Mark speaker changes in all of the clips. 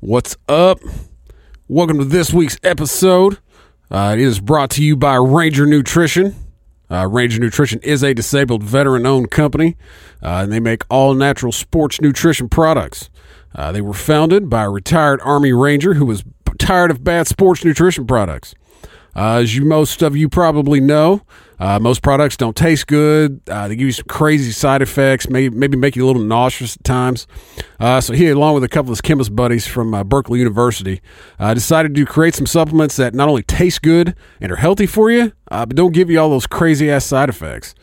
Speaker 1: What's up? Welcome to this week's episode. Uh, it is brought to you by Ranger Nutrition. Uh, Ranger Nutrition is a disabled veteran owned company, uh, and they make all natural sports nutrition products. Uh, they were founded by a retired Army Ranger who was tired of bad sports nutrition products. Uh, as you most of you probably know, uh, most products don't taste good. Uh, they give you some crazy side effects, maybe, maybe make you a little nauseous at times. Uh, so he, along with a couple of his chemist buddies from uh, Berkeley University, uh, decided to create some supplements that not only taste good and are healthy for you, uh, but don't give you all those crazy ass side effects.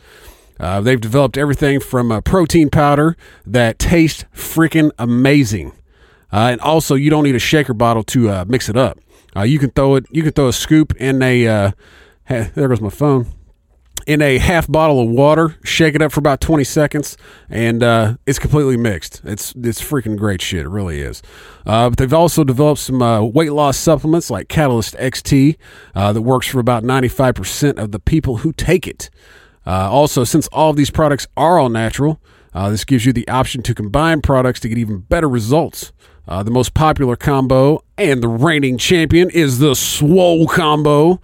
Speaker 1: Uh, they've developed everything from a protein powder that tastes freaking amazing, uh, and also you don't need a shaker bottle to uh, mix it up. Uh, you can throw it. You can throw a scoop in a. Uh, ha- there goes my phone. In a half bottle of water, shake it up for about twenty seconds, and uh, it's completely mixed. It's it's freaking great shit. It really is. Uh, but they've also developed some uh, weight loss supplements like Catalyst XT uh, that works for about ninety five percent of the people who take it. Uh, also, since all of these products are all natural, uh, this gives you the option to combine products to get even better results. Uh, the most popular combo and the reigning champion is the Swole combo.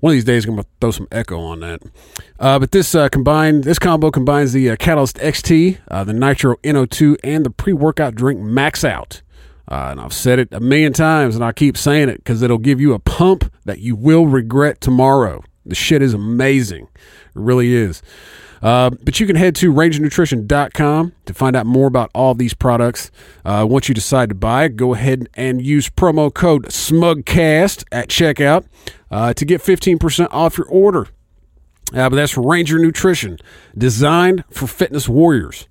Speaker 1: One of these days, I'm going to throw some echo on that. Uh, but this uh, combined, this combo combines the uh, Catalyst XT, uh, the Nitro NO2, and the pre-workout drink Max Out. Uh, and I've said it a million times, and I keep saying it because it'll give you a pump that you will regret tomorrow. The shit is amazing. It really is. Uh, but you can head to rangernutrition.com to find out more about all these products. Uh, once you decide to buy, go ahead and use promo code SMUGCAST at checkout uh, to get 15% off your order. Uh, but that's Ranger Nutrition, designed for fitness warriors.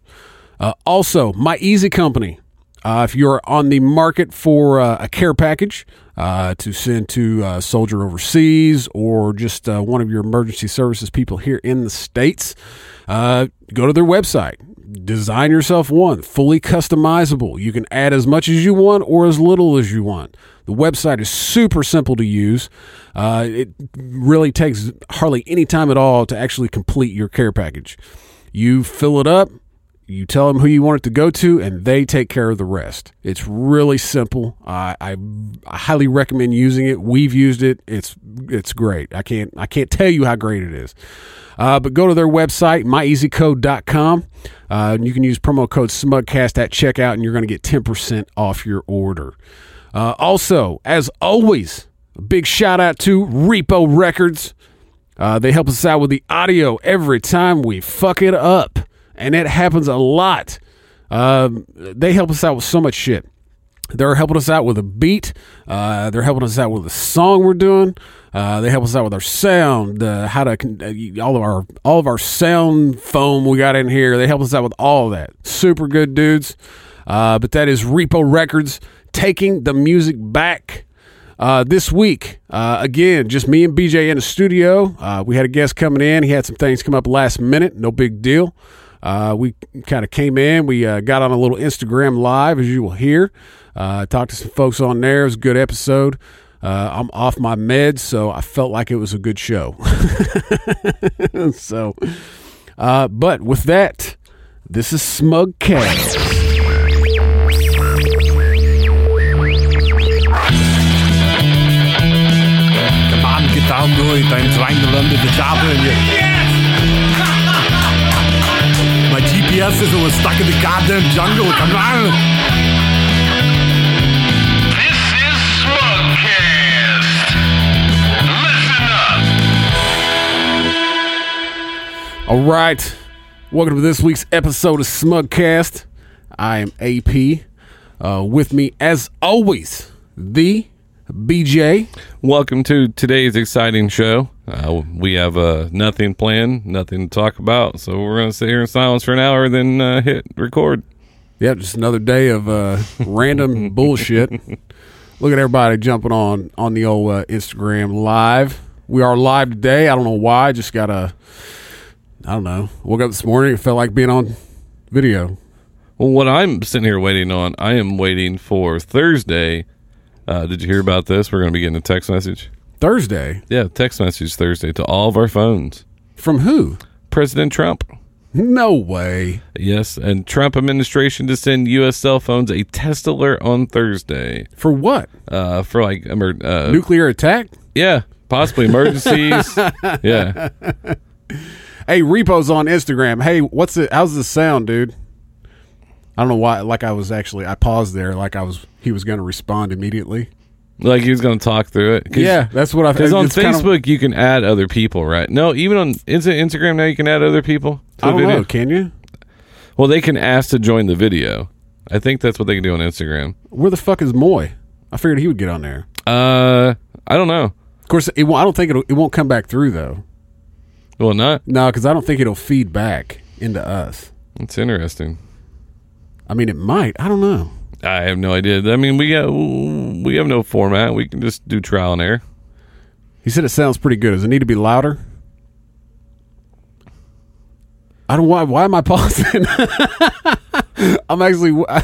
Speaker 1: Uh, also, My Easy Company. Uh, if you're on the market for uh, a care package uh, to send to a soldier overseas or just uh, one of your emergency services people here in the States, uh, go to their website. Design yourself one, fully customizable. You can add as much as you want or as little as you want. The website is super simple to use. Uh, it really takes hardly any time at all to actually complete your care package. You fill it up, you tell them who you want it to go to, and they take care of the rest. It's really simple. I, I, I highly recommend using it. We've used it. It's it's great. I can't I can't tell you how great it is. Uh, but go to their website, myeasycode.com. Uh, and you can use promo code SMUGCAST at checkout, and you're going to get 10% off your order. Uh, also, as always, a big shout out to Repo Records. Uh, they help us out with the audio every time we fuck it up, and it happens a lot. Um, they help us out with so much shit. They're helping us out with a beat. Uh, they're helping us out with a song we're doing. Uh, they help us out with our sound, uh, how to con- uh, all of our all of our sound foam we got in here. They help us out with all that. Super good dudes. Uh, but that is Repo Records taking the music back. Uh, this week, uh, again, just me and BJ in the studio. Uh, we had a guest coming in. He had some things come up last minute. No big deal. Uh, we kind of came in. We uh, got on a little Instagram live, as you will hear. Uh, talked to some folks on there. It was a good episode. Uh, I'm off my meds, so I felt like it was a good show. so, uh, but with that, this is Smug Cast.
Speaker 2: Come on, get down to it. I'm trying to run to the job. And you... My GPS system was stuck in the goddamn jungle. Come on.
Speaker 3: This is Smugcast. Listen up.
Speaker 1: All right. Welcome to this week's episode of Smugcast. I am AP. Uh, with me, as always, the BJ.
Speaker 4: Welcome to today's exciting show. Uh, we have uh, nothing planned, nothing to talk about, so we're going to sit here in silence for an hour, then uh, hit record.
Speaker 1: Yep, just another day of uh, random bullshit. Look at everybody jumping on on the old uh, Instagram live. We are live today. I don't know why. Just got a. I don't know. Woke up this morning. It felt like being on video.
Speaker 4: Well, what I'm sitting here waiting on, I am waiting for Thursday. Uh, did you hear about this? We're going to be getting a text message.
Speaker 1: Thursday
Speaker 4: Yeah, text message Thursday to all of our phones.
Speaker 1: from who?
Speaker 4: President Trump.
Speaker 1: No way.
Speaker 4: Yes, and Trump administration to send U.S. cell phones a test alert on Thursday
Speaker 1: For what?
Speaker 4: uh, for like emer- uh,
Speaker 1: Nuclear attack?
Speaker 4: yeah, possibly emergencies. yeah,
Speaker 1: Hey, Repo's on Instagram. Hey, what's it? How's this sound, dude? I don't know why. Like I was actually, I paused there. Like I was, he was going to respond immediately.
Speaker 4: like he was going to talk through it. 'Cause-
Speaker 1: Yeah, that's what I.
Speaker 4: Because on
Speaker 1: it's kind of-
Speaker 4: Facebook you can add other people, right? No, even on is it Instagram now you can add other people. To
Speaker 1: I
Speaker 4: the
Speaker 1: don't
Speaker 4: video?
Speaker 1: know. Can you?
Speaker 4: Well, they can ask to join the video. I think that's what they can do on Instagram.
Speaker 1: Where the fuck is Moy? I figured he would get on there.
Speaker 4: Uh, I don't know.
Speaker 1: Of course, it won't, I don't think it'll, it won't come back through though.
Speaker 4: Well, not.
Speaker 1: No, because I don't think it'll feed back into us.
Speaker 4: It's interesting.
Speaker 1: I mean, it might. I don't know.
Speaker 4: I have no idea. I mean, we got we have no format. We can just do trial and error.
Speaker 1: He said it sounds pretty good. Does it need to be louder? I don't why. Why am I pausing? I'm actually. I,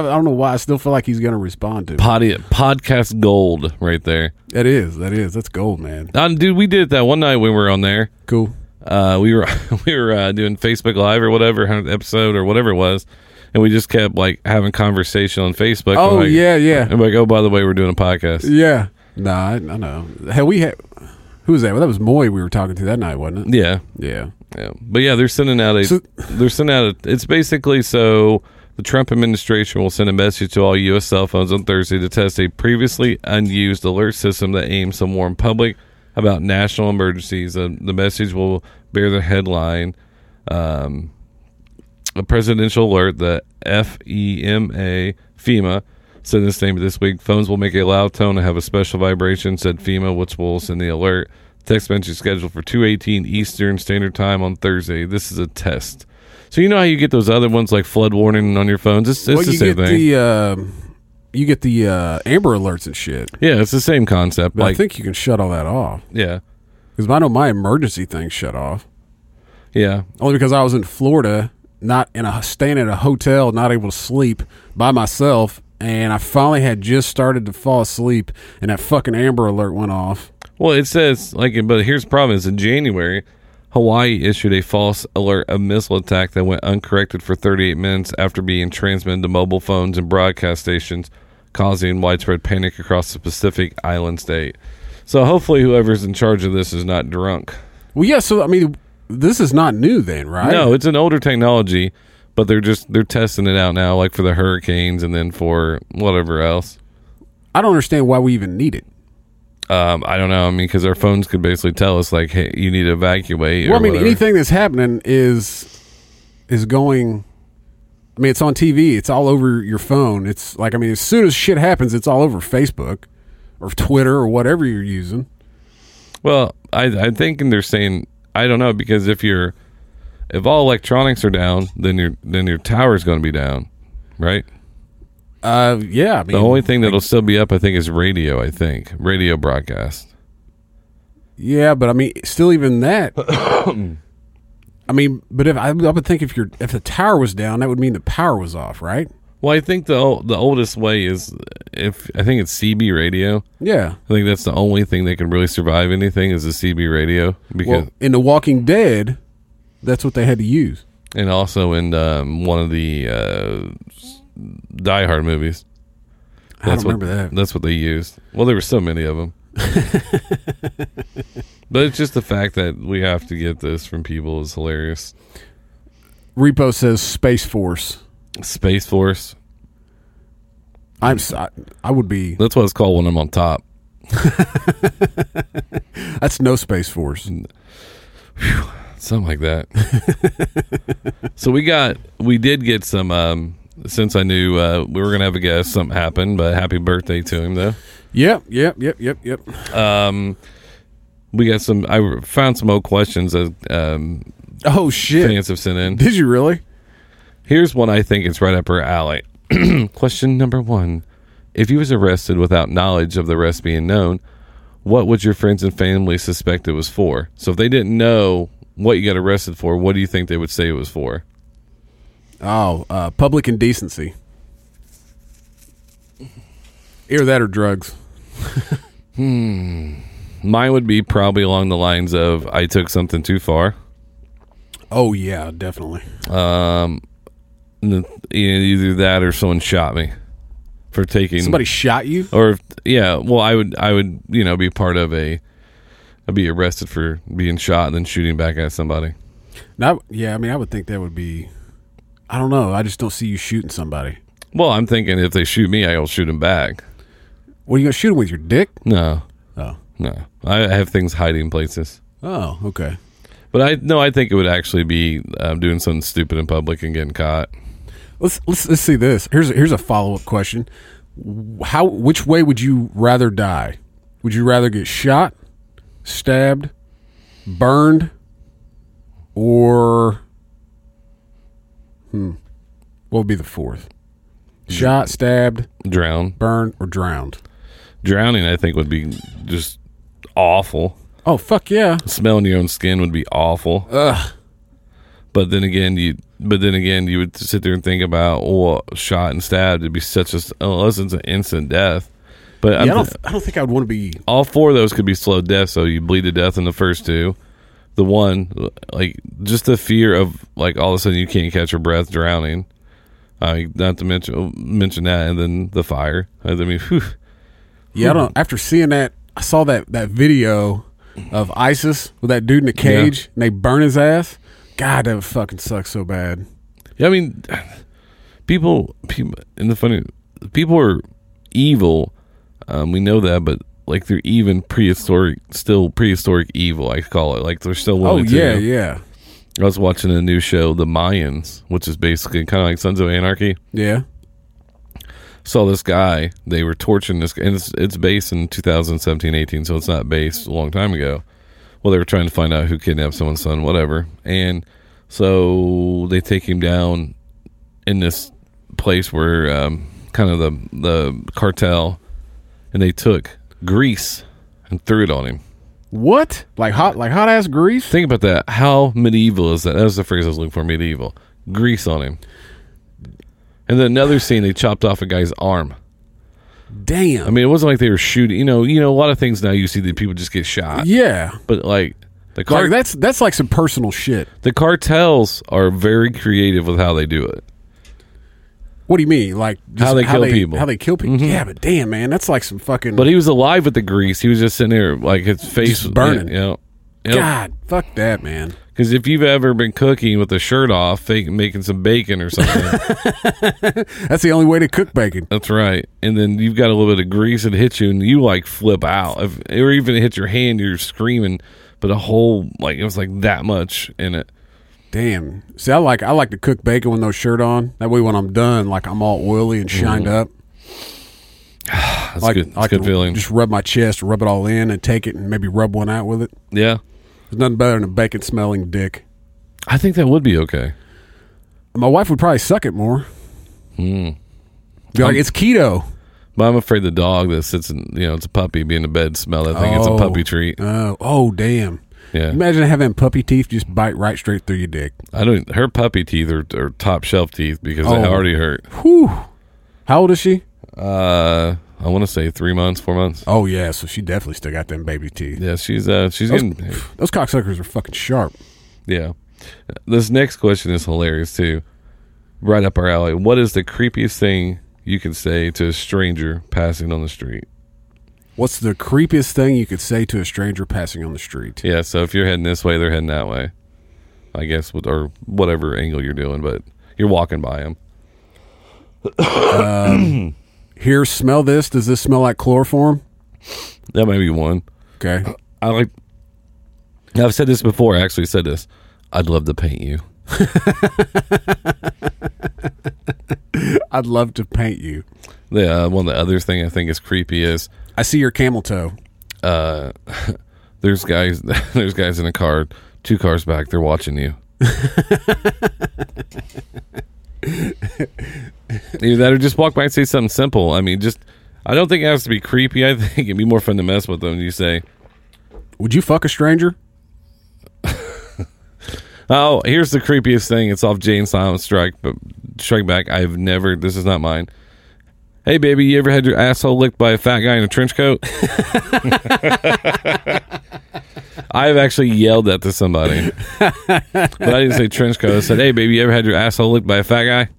Speaker 1: I don't know why. I still feel like he's going to respond to it.
Speaker 4: Pod- podcast gold right there.
Speaker 1: That is. That is. That's gold, man.
Speaker 4: Uh, dude, we did that one night when we were on there.
Speaker 1: Cool.
Speaker 4: uh, we were we were uh, doing Facebook Live or whatever, hundredth episode or whatever it was, and we just kept like having conversation on Facebook.
Speaker 1: Oh,
Speaker 4: like-
Speaker 1: yeah, yeah.
Speaker 4: And like, oh, by the way, we're doing a podcast.
Speaker 1: Yeah. Nah. I, I know. Hell, we had. Who was that? Well, that was Moy we were talking to that night, wasn't it?
Speaker 4: Yeah,
Speaker 1: Yeah.
Speaker 4: yeah. But yeah, they're sending out a
Speaker 1: So-
Speaker 4: they're sending out a. It's basically so the Trump administration will send a message to all U.S. cell phones on Thursday to test a previously unused alert system that aims to warn public about national emergencies. Uh, the message will bear the headline. Um, a presidential alert, the FEMA, FEMA, sent this statement this week. Phones will make a loud tone and have a special vibration, said FEMA, which will send the alert. Text message is scheduled for 2.18 Eastern Standard Time on Thursday. This is a test. So you know how you get those other ones like flood warning on your phones? It's, it's
Speaker 1: well,
Speaker 4: the
Speaker 1: you
Speaker 4: same
Speaker 1: get
Speaker 4: thing.
Speaker 1: the. um you get the uh, Amber Alerts and shit.
Speaker 4: yeah, it's the same concept.
Speaker 1: But
Speaker 4: Like,
Speaker 1: I think you can shut all that off
Speaker 4: yeah,
Speaker 1: because I know my emergency thing shut off.
Speaker 4: yeah.
Speaker 1: only because I was in Florida, not in a staying at a hotel, not able to sleep by myself, and I finally had just started to fall asleep, and that fucking Amber Alert went off.
Speaker 4: Well, it says like, but here's the problem: is in January, Hawaii issued a false alert of missile attack that went uncorrected for 38 minutes after being transmitted to mobile phones and broadcast stations, causing widespread panic across the Pacific island state. So hopefully, whoever's in charge of this is not drunk.
Speaker 1: Well, yeah. So I mean, this is not new then, right?
Speaker 4: No, it's an older technology, but they're just they're testing it out now, like for the hurricanes and then for whatever else.
Speaker 1: I don't understand why we even need it.
Speaker 4: Um, I don't know. I mean, because our phones could basically tell us like, hey, you need to evacuate. or
Speaker 1: Well, I mean,
Speaker 4: whatever.
Speaker 1: anything that's happening is is going. I mean, it's on TV. It's all over your phone. It's like, I mean, as soon as shit happens, it's all over Facebook or Twitter or whatever you're using.
Speaker 4: Well, I I think and they're saying I don't know because if you're if all electronics are down, then your then your tower's going to be down, right?
Speaker 1: Uh, yeah. I mean,
Speaker 4: The only thing that'll still be up, I think, is radio. I think radio broadcast.
Speaker 1: Yeah, but I mean, still, even that. I mean, but if I, I would think if your if the tower was down, that would mean the power was off, right?
Speaker 4: Well, I think the ol- the oldest way is if I think it's CB radio.
Speaker 1: Yeah.
Speaker 4: I think that's the only thing that can really survive anything is the CB radio because
Speaker 1: Well, in The Walking Dead, that's what they had to use.
Speaker 4: and also in um, one of the uh, Die Hard movies.
Speaker 1: I don't
Speaker 4: what,
Speaker 1: remember that.
Speaker 4: That's what they used. Well, there were so many of them. but it's just the fact that we have to get this from people is hilarious.
Speaker 1: Repo says Space Force.
Speaker 4: Space Force.
Speaker 1: I'm s- I, I would be.
Speaker 4: That's what it's called when I'm on top.
Speaker 1: That's no Space Force.
Speaker 4: Something like that. so we got, we did get some, um, since I knew uh, we were going to have a guest, something happened, but happy birthday to him, though.
Speaker 1: Yep, yep, yep, yep, yep.
Speaker 4: Um, we got some, I found some old questions that um,
Speaker 1: Oh shit!
Speaker 4: fans have sent in.
Speaker 1: Did you really?
Speaker 4: Here's one I think is right up her alley. Question number one If you was arrested without knowledge of the arrest being known, what would your friends and family suspect it was for? So if they didn't know what you got arrested for, what do you think they would say it was for?
Speaker 1: Oh, uh, public indecency. Either that or drugs.
Speaker 4: Mine would be probably along the lines of I took something too far.
Speaker 1: Oh yeah, definitely.
Speaker 4: And then, you know, either that or someone shot me for taking
Speaker 1: Somebody shot you?
Speaker 4: or if, yeah well i would i would you know be part of a i'd be arrested for being shot and then shooting back at somebody
Speaker 1: No, yeah, I mean, I would think that would be. I don't know. I just don't see you shooting somebody.
Speaker 4: well i'm thinking if they shoot me i'll shoot them back
Speaker 1: What are you gonna shoot 'em with? Your dick?
Speaker 4: no
Speaker 1: Oh.
Speaker 4: no i have things hiding places
Speaker 1: Oh, okay.
Speaker 4: but i no i think it would actually be um, doing something stupid in public and getting caught
Speaker 1: Let's let's let's see this. Here's a, here's a follow up question. How which way would you rather die? Would you rather get shot, stabbed, burned, or hmm, what would be the fourth? Shot, stabbed,
Speaker 4: drown
Speaker 1: burned, or drowned?
Speaker 4: drowning i think would be just awful
Speaker 1: Oh fuck yeah!
Speaker 4: smelling your own skin would be awful. But then again, you but then again, you would sit there and think about oh, shot and stabbed. It'd be such a oh, unless it's an instant death. But
Speaker 1: Yeah, I
Speaker 4: I'm
Speaker 1: don't
Speaker 4: th-
Speaker 1: I don't think I would want to be.
Speaker 4: all four of those could be slow death. So you bleed to death in the first two. The one like just the fear of like all of a sudden you can't catch your breath, drowning. I not to mention oh, mention that, and then the fire. I mean, whew.
Speaker 1: Yeah, I don't. After seeing that, I saw that that video of ISIS with that dude in the cage and they burn his ass. God, that would fucking suck so bad.
Speaker 4: Yeah, I mean, people, people, and the funny, people are evil. Um, we know that, but like they're even prehistoric, still prehistoric evil. I call it like they're still.
Speaker 1: Oh
Speaker 4: Willing to-
Speaker 1: yeah, yeah,
Speaker 4: I was watching a new show, The Mayans, which is basically kind of like Sons of Anarchy.
Speaker 1: yeah.
Speaker 4: Saw this guy. They were torching this, and it's it's based in 2017, 18, so it's not based a long time ago. Well, they were trying to find out who kidnapped someone's son, whatever, and so they take him down in this place where um, kind of the the cartel, and they took grease and threw it on him.
Speaker 1: What? Like hot, like hot ass grease?
Speaker 4: Think about that. How medieval is that? That was the phrase I was looking for. Medieval grease on him, and then another scene they chopped off a guy's arm.
Speaker 1: Damn.
Speaker 4: I mean, it wasn't like they were shooting. You know, you know, a lot of things now you see that people just get shot.
Speaker 1: yeah.
Speaker 4: But like the car,
Speaker 1: Like that's that's like some personal shit.
Speaker 4: the cartels are very creative with how they do it.
Speaker 1: What do you mean? Like just
Speaker 4: How they kill people. Mm-hmm.
Speaker 1: How they kill people? Yeah, but damn, man, that's like some fucking.
Speaker 4: But he was alive with the grease. He was just sitting there, like his face
Speaker 1: Just burning.
Speaker 4: You know,
Speaker 1: God, fuck that, man.
Speaker 4: because if you've ever been cooking with a shirt off, fake, making some bacon or something,
Speaker 1: That's the only way to cook bacon.
Speaker 4: that's right. And then you've got a little bit of grease that hits you, and you like flip out, if, or even it hits your hand, you're screaming. But a whole like it was like that much in it.
Speaker 1: Damn. See, I like I like to cook bacon with no shirt on. That way, when I'm done, like I'm all oily and shined up.
Speaker 4: Mm-hmm. That's
Speaker 1: Like,
Speaker 4: good. That's
Speaker 1: I
Speaker 4: good
Speaker 1: can
Speaker 4: feeling.
Speaker 1: Just rub my chest, rub it all in, and take it, and maybe rub one out with it.
Speaker 4: yeah,
Speaker 1: There's nothing better than a bacon smelling dick.
Speaker 4: I think that would be okay.
Speaker 1: My wife would probably suck it more.
Speaker 4: Hmm.
Speaker 1: Be like, it's keto.
Speaker 4: But I'm afraid the dog that sits in, you know, it's a puppy being in bed, smell that thing. It's a
Speaker 1: Oh.
Speaker 4: puppy treat.
Speaker 1: Oh, oh, damn.
Speaker 4: Yeah.
Speaker 1: Imagine having puppy teeth just bite right straight through your dick.
Speaker 4: I don't, her puppy teeth are, are top shelf teeth because
Speaker 1: Oh.
Speaker 4: they already hurt.
Speaker 1: Whew. How old is she?
Speaker 4: Uh, I want to say three months, four months.
Speaker 1: Oh, yeah. So she definitely still got them baby teeth.
Speaker 4: Yeah. She's, uh, she's
Speaker 1: Those,
Speaker 4: getting,
Speaker 1: those cocksuckers are fucking sharp.
Speaker 4: yeah. This next question is hilarious too. Right up our alley. What is the creepiest thing you can say to a stranger passing on the street?
Speaker 1: What's the creepiest thing you could say to a stranger passing on the street?
Speaker 4: Yeah. So if you're heading this way, they're heading that way, I guess, with- or whatever angle you're doing, but you're walking by them.
Speaker 1: Here, smell this. Does this smell like chloroform?
Speaker 4: That might be one.
Speaker 1: Okay.
Speaker 4: I like. I've said this before. I actually said this. I'd love to paint you.
Speaker 1: I'd love to paint you.
Speaker 4: The uh, one, of the other thing I think is creepy is
Speaker 1: I see your camel toe.
Speaker 4: there's guys, there's guys in a car, two cars back. They're watching you. Either that, or just walk by and say something simple. I mean, just I don't think it has to be creepy. I think it'd be more fun to mess with them. You say,
Speaker 1: Would you fuck a stranger?
Speaker 4: "Oh, here's the creepiest thing. It's off Jane Silent Strike, but Strike Back. I've never. This is not mine. Hey, baby, you ever had your asshole licked by a fat guy in a trench coat?" I've actually yelled that to somebody, but I didn't say trench coat. I said, "Hey, baby, you ever had your asshole licked by a fat guy?"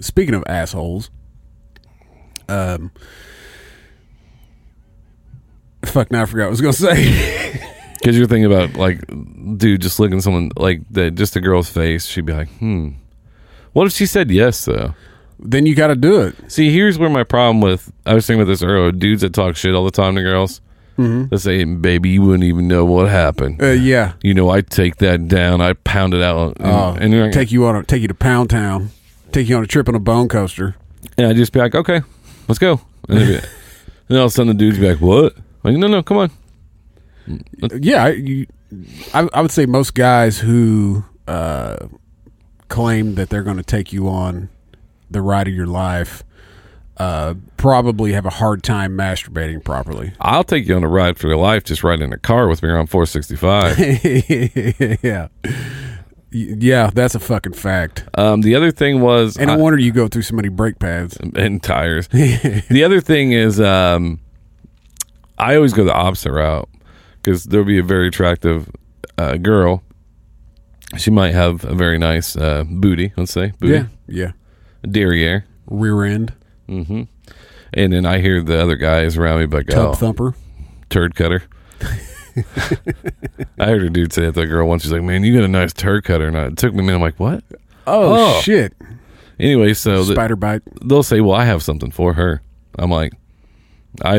Speaker 1: Speaking of assholes, um, fuck, now I forgot what I was gonna say.
Speaker 4: Because you're thinking about like, dude, just looking someone like that, just a girl's face. She'd be like, hmm. What if she said yes though?
Speaker 1: then you got to do it.
Speaker 4: See, here's where my problem with I was thinking about this earlier. Dudes that talk shit all the time to girls. Mm-hmm. They say, "Baby, you wouldn't even know what happened."
Speaker 1: Uh, yeah,
Speaker 4: you know, I take that down. I pound it out, and,
Speaker 1: uh,
Speaker 4: and, you're like-
Speaker 1: take you on a, take you to Pound Town, take you on a trip on a bone coaster.
Speaker 4: and I just be like, "Okay, let's go." And, it'd be- and then all of a sudden, the dude's be like, "What?" Like, no, no, come on.
Speaker 1: yeah, I- you, I, I would say most guys who uh, claim that they're going to take you on the ride of your life uh, probably have a hard time masturbating properly.
Speaker 4: I'll take you on a ride for your life. Just ride in a car with me around 465.
Speaker 1: yeah. Y- Yeah, that's a fucking fact.
Speaker 4: um, the other thing was,
Speaker 1: And no
Speaker 4: I-
Speaker 1: wonder you go through so many brake pads.
Speaker 4: and tires. the other thing is, um, I always go the opposite route because there'll be a very attractive uh, girl. She might have a very nice uh, booty, let's say, booty,
Speaker 1: Yeah. Yeah.
Speaker 4: derriere.
Speaker 1: Rear end,
Speaker 4: And then I hear the other guys around me be like,
Speaker 1: tub
Speaker 4: oh,
Speaker 1: thumper.
Speaker 4: turd cutter. I heard a dude say that to a girl once. She's like, man, you got a nice turd cutter. And I, it took me a minute. I'm like, what?
Speaker 1: Oh,
Speaker 4: Oh.
Speaker 1: shit.
Speaker 4: Anyway, so the-
Speaker 1: Spider bite.
Speaker 4: they'll say, "Well, I have something for her." I'm like, "I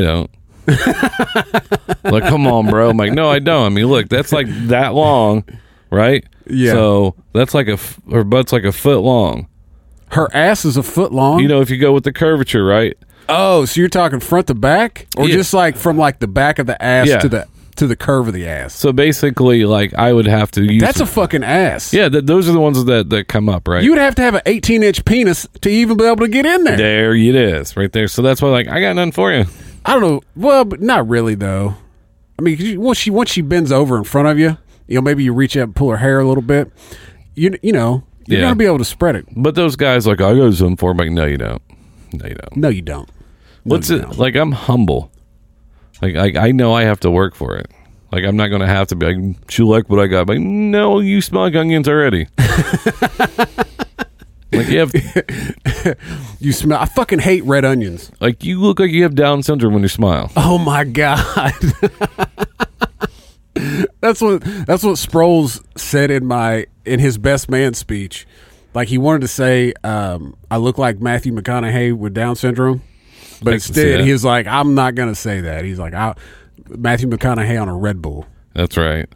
Speaker 4: don't." like, come on, bro. I'm like, no, I don't. I mean, look, that's like that long, right?
Speaker 1: Yeah.
Speaker 4: So that's like a f- her butt's like a foot long.
Speaker 1: Her ass is a foot long.
Speaker 4: You know, if you go with the curvature, right?
Speaker 1: Oh, so you're talking front to back, or
Speaker 4: Yeah.
Speaker 1: just like from like the back of the ass
Speaker 4: Yeah.
Speaker 1: to the to the curve of the ass?
Speaker 4: So basically, like I would have to use.
Speaker 1: That's a fucking ass.
Speaker 4: yeah. Th- those are the ones that that come up, right?
Speaker 1: you would have to have an 18 inch penis to even be able to get in there.
Speaker 4: there it is, right there. So that's why, like, I got nothing for you.
Speaker 1: I don't know. Well, but not really though. I mean, 'cause you- once she once she bends over in front of you, you know, maybe you reach out and pull her hair a little bit. You you know, you're
Speaker 4: Yeah.
Speaker 1: gonna be able to spread it.
Speaker 4: But those guys, like, I go something for. i like, no, you don't. No, you don't.
Speaker 1: No, you don't.
Speaker 4: What's it like? I'm humble. Like I, I know I have to work for it. Like I'm not gonna have to be like she like what I got. like no, you smell like onions already. like you have,
Speaker 1: You smell. I fucking hate red onions.
Speaker 4: like you look like you have Down syndrome when you smile.
Speaker 1: Oh my god. that's what that's what Sproles said in my in his best man speech. Like he wanted to say, um, I look like Matthew McConaughey with Down syndrome. But
Speaker 4: I can see
Speaker 1: instead
Speaker 4: that.
Speaker 1: he was like, I'm not gonna say that. He's like, I Matthew McConaughey on a Red Bull.
Speaker 4: That's right.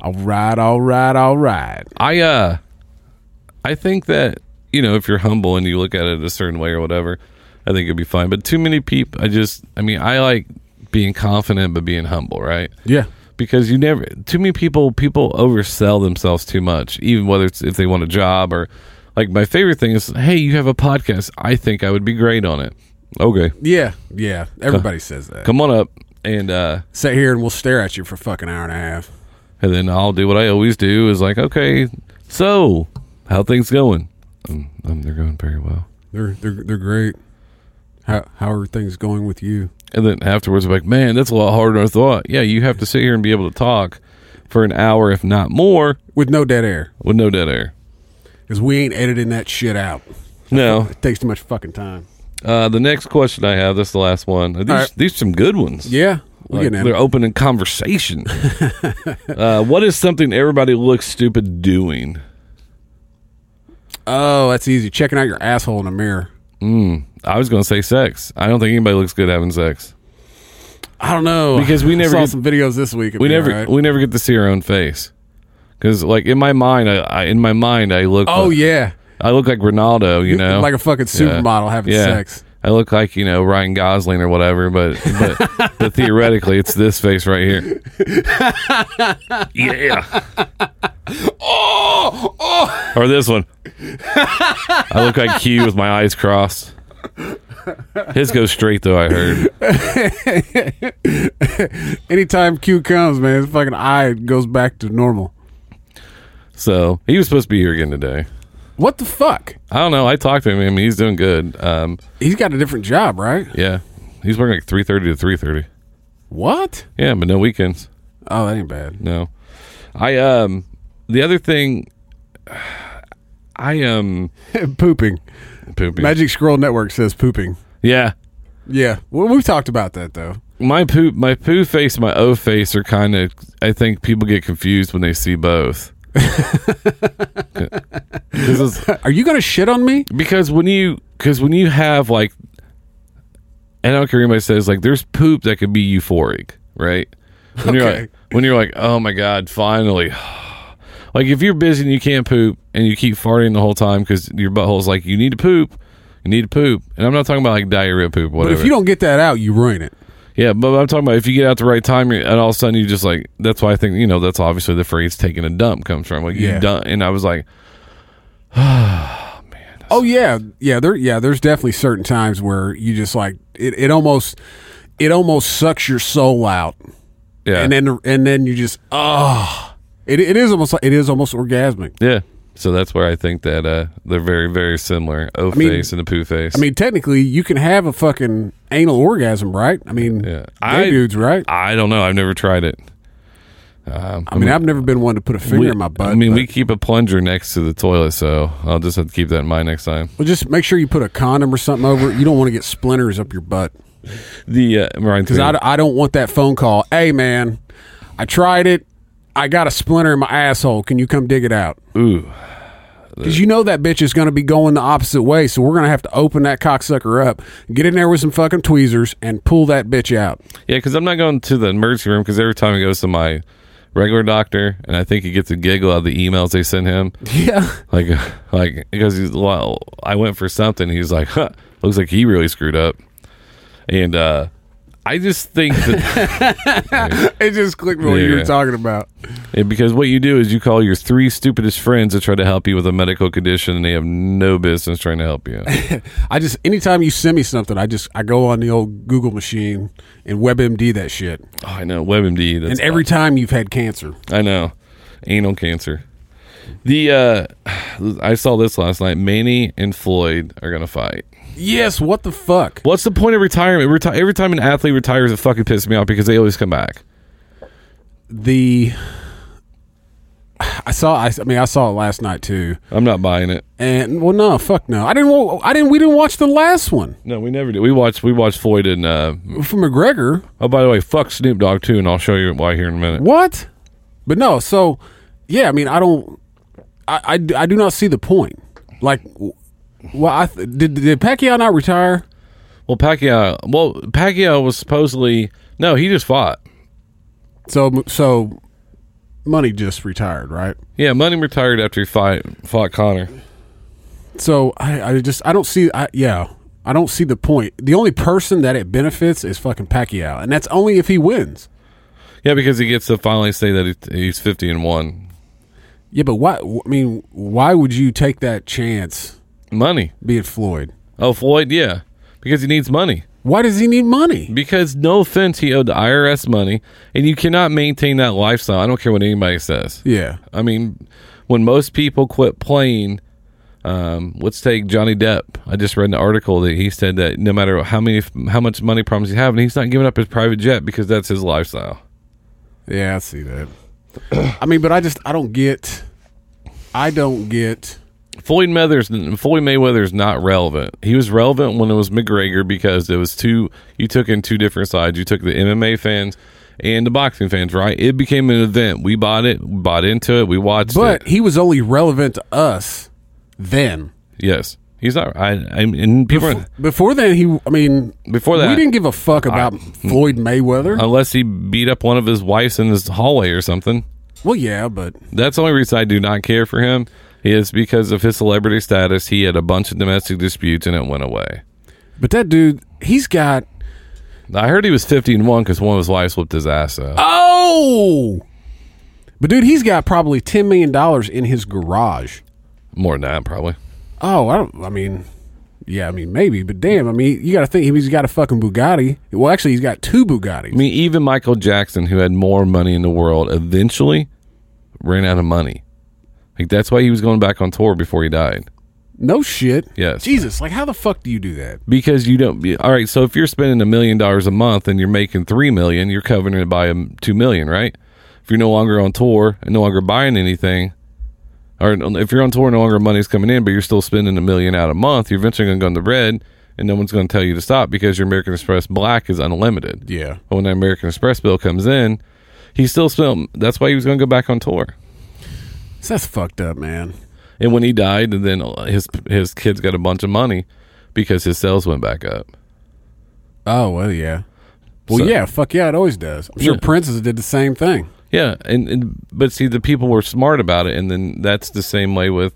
Speaker 1: All right, all right, all right.
Speaker 4: I uh, I think that you know if you're humble and you look at it a certain way or whatever, I think it'd be fine. But too many people, I just, I mean, I like being confident but being humble, right?
Speaker 1: Yeah.
Speaker 4: because you never too many people people oversell themselves too much even whether it's if they want a job or like my favorite thing is hey you have a podcast i think i would be great on it okay
Speaker 1: Yeah. Yeah. Everybody says that.
Speaker 4: come on up and uh
Speaker 1: Sit here and we'll stare at you for a fucking hour and a half.
Speaker 4: and then i'll do what i always do is like okay so how things going um, um, they're going very well
Speaker 1: They're they're they're great. How how are things going with you?
Speaker 4: and then afterwards I'm like man that's a lot harder than i thought yeah you have to sit here and be able to talk for an hour if not more
Speaker 1: With no dead air.
Speaker 4: with no dead air
Speaker 1: Because we ain't editing that shit out.
Speaker 4: no
Speaker 1: It takes too much fucking time.
Speaker 4: Uh, the next question I have, this is the last one. These,
Speaker 1: All right.
Speaker 4: these are some good ones.
Speaker 1: Yeah. We
Speaker 4: Like,
Speaker 1: can edit.
Speaker 4: they're open in conversation. uh, what is something everybody looks stupid doing?
Speaker 1: Oh, that's easy. Checking out your asshole in the mirror.
Speaker 4: I was going to say sex. I don't think anybody looks good having sex.
Speaker 1: I don't know.
Speaker 4: Because we never
Speaker 1: saw
Speaker 4: get-
Speaker 1: some videos this week. of
Speaker 4: We
Speaker 1: me,
Speaker 4: never
Speaker 1: right?
Speaker 4: we never get to see our own face. Because like in my mind, I, I in my mind I look
Speaker 1: oh, yeah.
Speaker 4: I look like Ronaldo, you know,
Speaker 1: Like a fucking
Speaker 4: Yeah.
Speaker 1: supermodel having
Speaker 4: Yeah.
Speaker 1: sex.
Speaker 4: I look like you know Ryan Gosling or whatever, but but, but theoretically it's this face right here. yeah.
Speaker 1: Oh, oh.
Speaker 4: Or this one. I look like Q with my eyes crossed. His goes straight though. I heard.
Speaker 1: Anytime Q comes, man, his fucking eye goes back to normal.
Speaker 4: So he was supposed to be here again today.
Speaker 1: What the fuck?
Speaker 4: I don't know. I talked to him. I mean, he's doing good. Um,
Speaker 1: He's got a different job, right?
Speaker 4: yeah, he's working like three thirty to three thirty.
Speaker 1: What?
Speaker 4: Yeah, but no weekends.
Speaker 1: Oh, that ain't bad.
Speaker 4: No. I um the other thing I um
Speaker 1: pooping.
Speaker 4: pooping.
Speaker 1: Magic Scroll Network says pooping.
Speaker 4: Yeah.
Speaker 1: Yeah. Well, we've talked about that though.
Speaker 4: My poo my poo face, my O face are kind of I think people get confused when they see both. this is
Speaker 1: Are you gonna shit on me?
Speaker 4: because when you because when you have like and I don't care what anybody says like there's poop that could be euphoric, right? When you're
Speaker 1: Okay.
Speaker 4: like when you're like, oh my god, finally. like if you're busy and you can't poop and you keep farting the whole time because your butthole's like you need to poop, you need to poop, and I'm not talking about like diarrhea poop,
Speaker 1: But
Speaker 4: whatever.
Speaker 1: if you don't get that out, you ruin it.
Speaker 4: yeah, but I'm talking about if you get out the right time you're- and all of a sudden you just like that's why I think you know that's obviously the phrase taking a dump comes from like
Speaker 1: Yeah.
Speaker 4: you dump and I was like
Speaker 1: Oh yeah, yeah. There, yeah. There's definitely certain times where you just like it. It almost, it almost sucks your soul out,
Speaker 4: yeah
Speaker 1: and then and then you just ah. It, it is almost like it is almost orgasmic.
Speaker 4: Yeah. So that's where I think that uh, they're very, very similar. O
Speaker 1: mean-
Speaker 4: face and the poo face.
Speaker 1: I mean, technically, you can have a fucking anal orgasm, right? I mean,
Speaker 4: Yeah.
Speaker 1: gay
Speaker 4: I-
Speaker 1: dudes, right?
Speaker 4: I don't know. I've never tried it.
Speaker 1: I mean, I've never been one to put a finger
Speaker 4: We-
Speaker 1: in my butt.
Speaker 4: I mean,
Speaker 1: but-
Speaker 4: we keep a plunger next to the toilet, so I'll just have to keep that in mind next time.
Speaker 1: well, just make sure you put a condom or something over it. You don't want to get splinters up your butt
Speaker 4: The uh, Ryan,
Speaker 1: because I, I don't want that phone call. Hey, man, I tried it. I got a splinter in my asshole. Can you come dig it out?
Speaker 4: ooh,
Speaker 1: Because you know that bitch is going to be going the opposite way, so we're going to have to open that cocksucker up, get in there with some fucking tweezers, and pull that bitch out.
Speaker 4: yeah, because I'm not going to the emergency room because every time he goes to my regular doctor, and I think he gets a giggle out of the emails they send him,
Speaker 1: Yeah.
Speaker 4: like, like because he's well, I went for something. He's like, huh, looks like he really screwed up, and uh, I just think that.
Speaker 1: It just clicked what you were
Speaker 4: Yeah.
Speaker 1: talking about.
Speaker 4: Yeah, because what you do is you call your three stupidest friends to try to help you with a medical condition, and they have no business trying to help you. Oh,
Speaker 1: I just anytime you send me something, I just I go on the old Google machine and WebMD that shit.
Speaker 4: oh, I know WebMD.
Speaker 1: and
Speaker 4: That's
Speaker 1: every time you've had cancer,
Speaker 4: I know anal cancer. The uh, I saw this last night. Manny and Floyd are gonna fight.
Speaker 1: yes, what the fuck?
Speaker 4: What's the point of retirement? Reti- every time an athlete retires, it fucking pisses me off because they always come back.
Speaker 1: The I saw. I, I mean, I saw it last night too.
Speaker 4: I'm not buying it.
Speaker 1: And well, no, fuck no. I didn't. wa- I didn't. We didn't watch the last one
Speaker 4: No, we never do. We watched we watched Floyd and uh,
Speaker 1: for McGregor.
Speaker 4: oh by the way, fuck Snoop Dogg too, and I'll show you why here in a minute.
Speaker 1: What? But no, so yeah, I mean, I don't, I, I, d- I do not see the point. Like, w- well, I th- did did Pacquiao not retire?
Speaker 4: Well, Pacquiao. Well, Pacquiao was supposedly no, he just fought.
Speaker 1: So so, money just retired, right?
Speaker 4: Yeah, Money retired after he fought, fought Connor.
Speaker 1: So I, I just I don't see I yeah I don't see the point. The only person that it benefits is fucking Pacquiao, and that's only if he wins.
Speaker 4: Yeah, because he gets to finally say that he, he's 50 and 1.
Speaker 1: Yeah, but why? I mean, why would you take that chance?
Speaker 4: Money.
Speaker 1: Be it Floyd.
Speaker 4: Oh, Floyd, yeah. Because he needs money.
Speaker 1: Why does he need money?
Speaker 4: Because no offense, he owed the IRS money, and you cannot maintain that lifestyle. I don't care what anybody says.
Speaker 1: Yeah,
Speaker 4: I mean, when most people quit playing, um, let's take Johnny Depp. I just read an article that he said that no matter how many, how much money problems he's having, he's not giving up his private jet because that's his lifestyle.
Speaker 1: yeah, I see that. I mean, but I just I don't get. I don't get.
Speaker 4: Floyd Mayweather's Floyd Mayweather's not relevant. He was relevant when it was McGregor because it was two. You took in two different sides. You took the MMA fans and the boxing fans. Right? It became an event. We bought it. Bought into it. We watched
Speaker 1: But
Speaker 4: it.
Speaker 1: he was only relevant to us then.
Speaker 4: Yes, he's not. I. I and people. are-
Speaker 1: Before then, he. I mean,
Speaker 4: Before
Speaker 1: we
Speaker 4: that- Oh.
Speaker 1: didn't give a fuck about Floyd Mayweather.
Speaker 4: unless he beat up one of his wives in his hallway or something.
Speaker 1: well, yeah, but
Speaker 4: That's the only reason I do not care for him is because of his celebrity status. He had a bunch of domestic disputes and it went away.
Speaker 1: but that dude, he's got.
Speaker 4: I heard he was fifty and one because one of his wives whipped his ass uh, out.
Speaker 1: Oh. But dude, he's got probably ten million dollars in his garage.
Speaker 4: More than that, probably.
Speaker 1: Oh, I don't. I mean, yeah, I mean maybe, but damn, I mean you got to think he's got a fucking Bugatti. Well, actually, he's got two Bugattis.
Speaker 4: I mean, even Michael Jackson, who had more money in the world, eventually ran out of money. Like that's why he was going back on tour before he died.
Speaker 1: No shit.
Speaker 4: Yes.
Speaker 1: Jesus, like how the fuck do you do that?
Speaker 4: because you don't all right so if you're spending a million dollars a month and you're making three million you're covering it by um, two million right if you're no longer on tour and no longer buying anything or if you're on tour no longer money's coming in but you're still spending a million out a month you're eventually going to go in the red and no one's going to tell you to stop because your american express black is unlimited
Speaker 1: Yeah.
Speaker 4: But when that american express bill comes in he's still spent that's why he was going to go back on tour
Speaker 1: That's fucked up, man.
Speaker 4: and when he died and then his his kids got a bunch of money because his sales went back up
Speaker 1: Oh well, yeah. Well,
Speaker 4: So-
Speaker 1: yeah, fuck yeah, it always does. I'm sure
Speaker 4: Yeah.
Speaker 1: Princess did the same thing.
Speaker 4: Yeah, and, and but see, the people were smart about it, and then that's the same way with,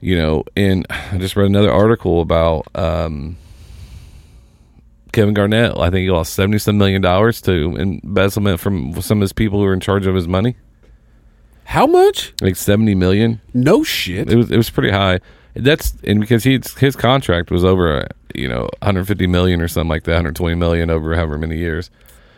Speaker 4: you know, and I just read another article about um, Kevin Garnett. I think he lost seventy some million dollars to embezzlement from some of his people who were in charge of his money,
Speaker 1: How much?
Speaker 4: like seventy million.
Speaker 1: No shit.
Speaker 4: It was it was pretty high. That's and because he his contract was over, uh, you know, 150 million or something like that, 120 million over however many years.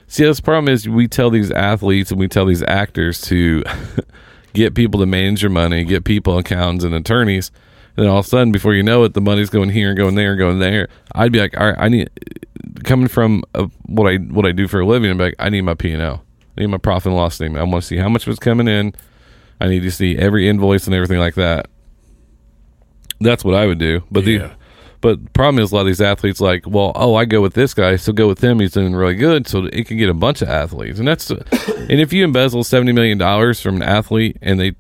Speaker 4: See, that's the problem is we tell these athletes and we tell these actors to get people to manage your money, get people accountants and attorneys, and then all of a sudden, before you know it, the money's going here and going there and going there. I'd be like, all right, I need coming from uh what I what I do for a living. I'm like, I need my P and L, I need my profit and loss statement. I want to see how much was coming in. I need to see every invoice and everything like that. That's what I would do. But
Speaker 1: Yeah.
Speaker 4: the but the problem is a lot of these athletes like, well, oh, I go with this guy, so go with him. He's doing really good, so it can get a bunch of athletes. And that's and if you embezzle seventy million dollars from an athlete, and they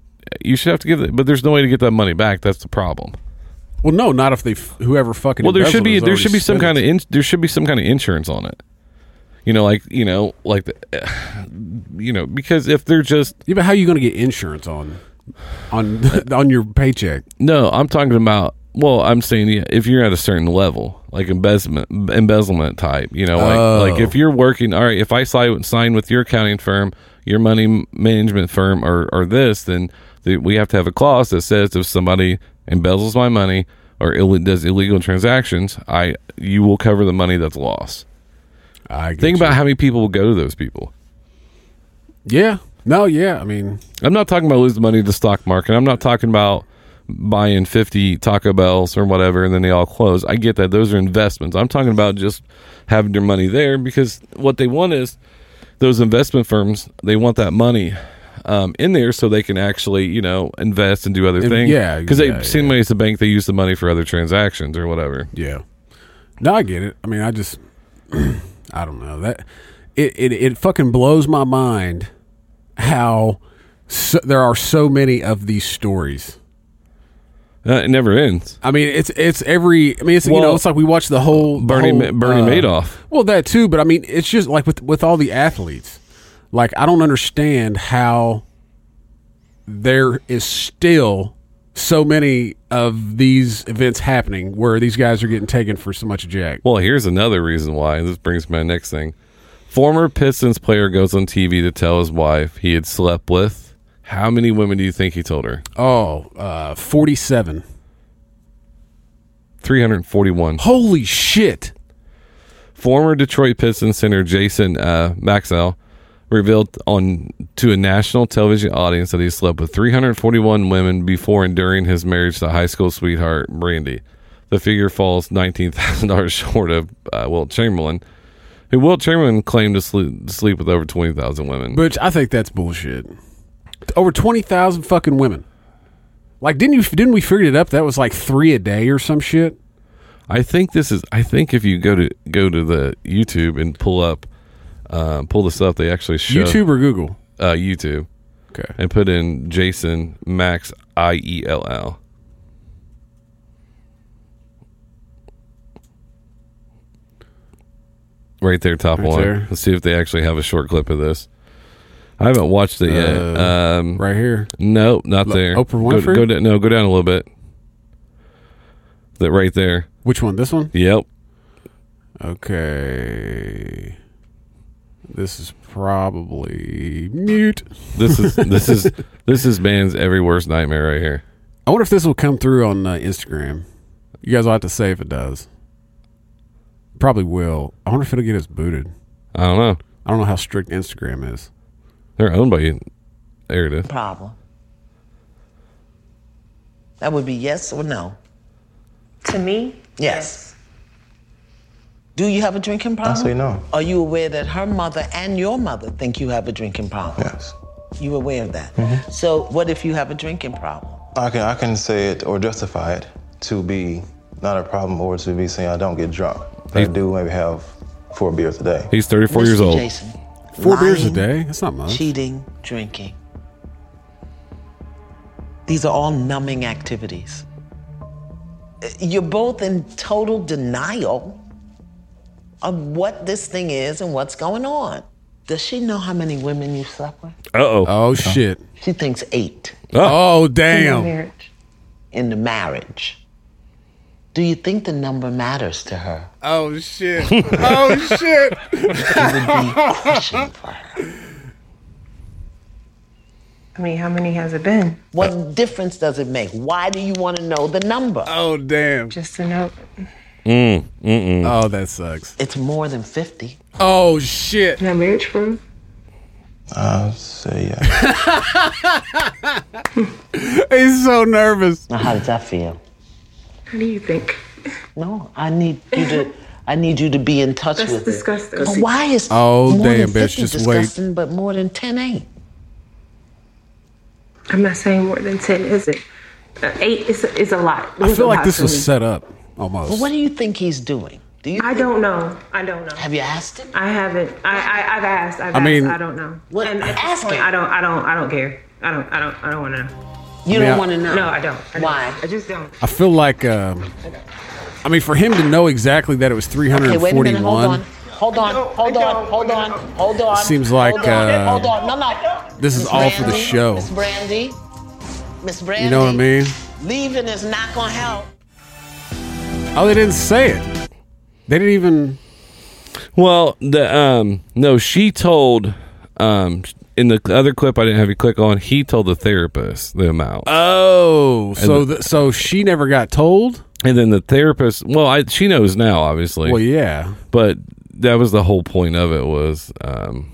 Speaker 4: you should have to give it, but there's no way to get that money back. That's the problem.
Speaker 1: Well, no, not if they f- whoever fucking.
Speaker 4: Well, there should
Speaker 1: embezzled
Speaker 4: be
Speaker 1: has
Speaker 4: there
Speaker 1: already
Speaker 4: should be some
Speaker 1: spent
Speaker 4: kind
Speaker 1: it.
Speaker 4: of in, there should be some kind of insurance on it. You know, like you know, like the, you know, because if they're just
Speaker 1: Yeah, but how are you going to get insurance on on on your paycheck?
Speaker 4: No, I'm talking about. Well, I'm saying yeah, if you're at a certain level, like embezzlement, embezzlement type, you know, like
Speaker 1: Oh.
Speaker 4: like if you're working, all right, if I sign, sign with your accounting firm, your money m- management firm, or or this, then the, we have to have a clause that says if somebody embezzles my money or Ill- does illegal transactions, I you will cover the money that's lost.
Speaker 1: I get
Speaker 4: Think
Speaker 1: you.
Speaker 4: about how many people will go to those people.
Speaker 1: yeah, no, yeah. I mean,
Speaker 4: I'm not talking about losing money to the stock market. I'm not talking about buying 50 Taco Bells or whatever and then they all close. I get that. Those are investments. I'm talking about just having their money there because what they want is those investment firms, they want that money um, in there so they can actually, you know, invest and do other things.
Speaker 1: yeah,
Speaker 4: Because they
Speaker 1: yeah,
Speaker 4: send money to the bank, they use the money for other transactions or whatever.
Speaker 1: yeah. No, I get it. I mean, I just I don't know that it it, it fucking blows my mind how so, there are so many of these stories.
Speaker 4: Uh, it never ends.
Speaker 1: I mean, it's it's every. I mean, it's you know,
Speaker 4: Well,
Speaker 1: it's like we watch the whole
Speaker 4: Bernie,
Speaker 1: the
Speaker 4: Ma-
Speaker 1: whole,
Speaker 4: Bernie
Speaker 1: uh,
Speaker 4: Madoff.
Speaker 1: Well, that too, but I mean, it's just like with with all the athletes. Like I don't understand how there is still so many of these events happening where these guys are getting taken for so much jack.
Speaker 4: Well, here's another reason why. This brings me to my next thing. Former Pistons player goes on TV to tell his wife he had slept with. How many women do you think he told her?
Speaker 1: Oh, uh, 47.
Speaker 4: 341.
Speaker 1: Holy shit.
Speaker 4: Former Detroit Pistons center Jason uh, Maxwell revealed on to a national television audience that he slept with 341 women before and during his marriage to high school sweetheart Brandy. The figure falls $19,000 short of uh, Wilt Chamberlain, who Wilt Chamberlain claimed to sleep, sleep with over 20,000 women.
Speaker 1: Which I think that's bullshit. Over 20,000 fucking women. Like didn't you didn't we figure it up that was like 3 a day or some shit?
Speaker 4: I think this is. I think if you go to go to the YouTube and pull up, uh, pull this up, they actually show
Speaker 1: YouTube or Google?
Speaker 4: uh, YouTube
Speaker 1: Okay.
Speaker 4: and put in Jason Max I E L L. Right there, top
Speaker 1: Right
Speaker 4: one.
Speaker 1: there.
Speaker 4: Let's see if they actually have a short clip of this. I haven't watched it yet.
Speaker 1: Uh,
Speaker 4: um,
Speaker 1: Right here.
Speaker 4: Nope, not there.
Speaker 1: Oprah
Speaker 4: Go-
Speaker 1: Winfrey?
Speaker 4: Go, down, no, go down a little bit. That right there.
Speaker 1: Which one? This one?
Speaker 4: Yep.
Speaker 1: Okay. This is probably mute.
Speaker 4: This is this is this is man's every worst nightmare right here.
Speaker 1: I wonder if this will come through on uh, Instagram. You guys will have to say if it does. Probably will. I wonder if it'll get us booted.
Speaker 4: I don't know.
Speaker 1: I don't know how strict Instagram is.
Speaker 4: They're owned by you. There it is.
Speaker 5: problem. That would be yes or no.
Speaker 6: To me?
Speaker 5: Yes. Do you have a drinking problem?
Speaker 7: say no.
Speaker 5: Are you aware that her mother and your mother think you have a drinking problem?
Speaker 7: Yes.
Speaker 5: You aware of that?
Speaker 7: Mm-hmm.
Speaker 5: So what if you have a drinking problem?
Speaker 7: I can I can say it or justify it to be not a problem or to be saying I don't get drunk. I do maybe have four beers a day.
Speaker 4: He's 34 years
Speaker 5: Mr.
Speaker 4: old.
Speaker 5: Jason,
Speaker 1: Four beers a
Speaker 5: lying,
Speaker 1: day? That's not much.
Speaker 5: Cheating, drinking. These are all numbing activities. Uh, You're both in total denial of what this thing is and what's going on. Does she know how many women you slept with?
Speaker 4: Uh-oh.
Speaker 1: Oh, shit.
Speaker 5: She thinks eight
Speaker 1: Oh,
Speaker 6: In
Speaker 1: damn.
Speaker 6: marriage.
Speaker 5: in the marriage. Do you think the number matters to her?
Speaker 1: Oh, shit. Oh, shit.
Speaker 5: It would be crushing for her.
Speaker 6: I mean, how many has it been?
Speaker 5: What difference does it make? Why do you want to know the number?
Speaker 1: Oh, damn.
Speaker 6: Just to know.
Speaker 1: Oh, that sucks.
Speaker 5: It's more than 50.
Speaker 1: Oh, shit.
Speaker 6: Now, marriage proof?
Speaker 7: I say yeah.
Speaker 1: He's so nervous.
Speaker 5: Now, how does that feel?
Speaker 6: How do you think?
Speaker 5: No, I need you to. I need you to be in touch
Speaker 6: That's
Speaker 5: with
Speaker 6: disgusting.
Speaker 5: it. But why is
Speaker 1: Oh,
Speaker 5: more
Speaker 1: damn,
Speaker 5: than
Speaker 1: bitch,
Speaker 5: 50
Speaker 1: just wait.
Speaker 5: disgusting, but more than ten ain't?
Speaker 6: I'm not saying more than 10, is it? Uh, eight is, is a lot.
Speaker 1: I
Speaker 6: It was a
Speaker 1: feel like
Speaker 6: lot
Speaker 1: this
Speaker 6: for me.
Speaker 1: was set up almost.
Speaker 5: What do you think he's doing? Do you
Speaker 6: I don't know. I don't know.
Speaker 5: have you asked him?
Speaker 6: I haven't. I, I I've asked. I've
Speaker 1: I
Speaker 6: asked.
Speaker 1: mean-
Speaker 6: I don't know.
Speaker 5: What-
Speaker 6: and at
Speaker 5: ask
Speaker 6: this point,
Speaker 5: him.
Speaker 6: I don't. I don't. I don't care. I don't. I don't. I don't want to know.
Speaker 5: You
Speaker 1: mean, I-
Speaker 5: don't want to know.
Speaker 6: No, I don't. I don't.
Speaker 5: Why?
Speaker 6: I just don't.
Speaker 1: I feel like, um, I mean, for him to know exactly that it was
Speaker 5: Okay, wait a
Speaker 1: 341.
Speaker 5: minute. Hold on. Hold on. Hold on. Hold on. Hold on.
Speaker 1: Seems like,
Speaker 5: Hold on.
Speaker 1: uh,
Speaker 5: hold on. No, no.
Speaker 1: this is
Speaker 5: Miss
Speaker 1: all for the
Speaker 5: Brandy,
Speaker 1: show.
Speaker 5: Miss Brandy. Miss Brandy.
Speaker 1: You know what I mean?
Speaker 5: Leaving is not gonna help.
Speaker 1: Oh, they didn't say it. They didn't even.
Speaker 4: Well, the um no, she told um in the other clip I didn't have you click on, he told the therapist the amount.
Speaker 1: Uh. Oh, so th- so she never got told.
Speaker 4: and then the therapist, well, I she knows now obviously.
Speaker 1: Well, yeah.
Speaker 4: But that was the whole point of it was um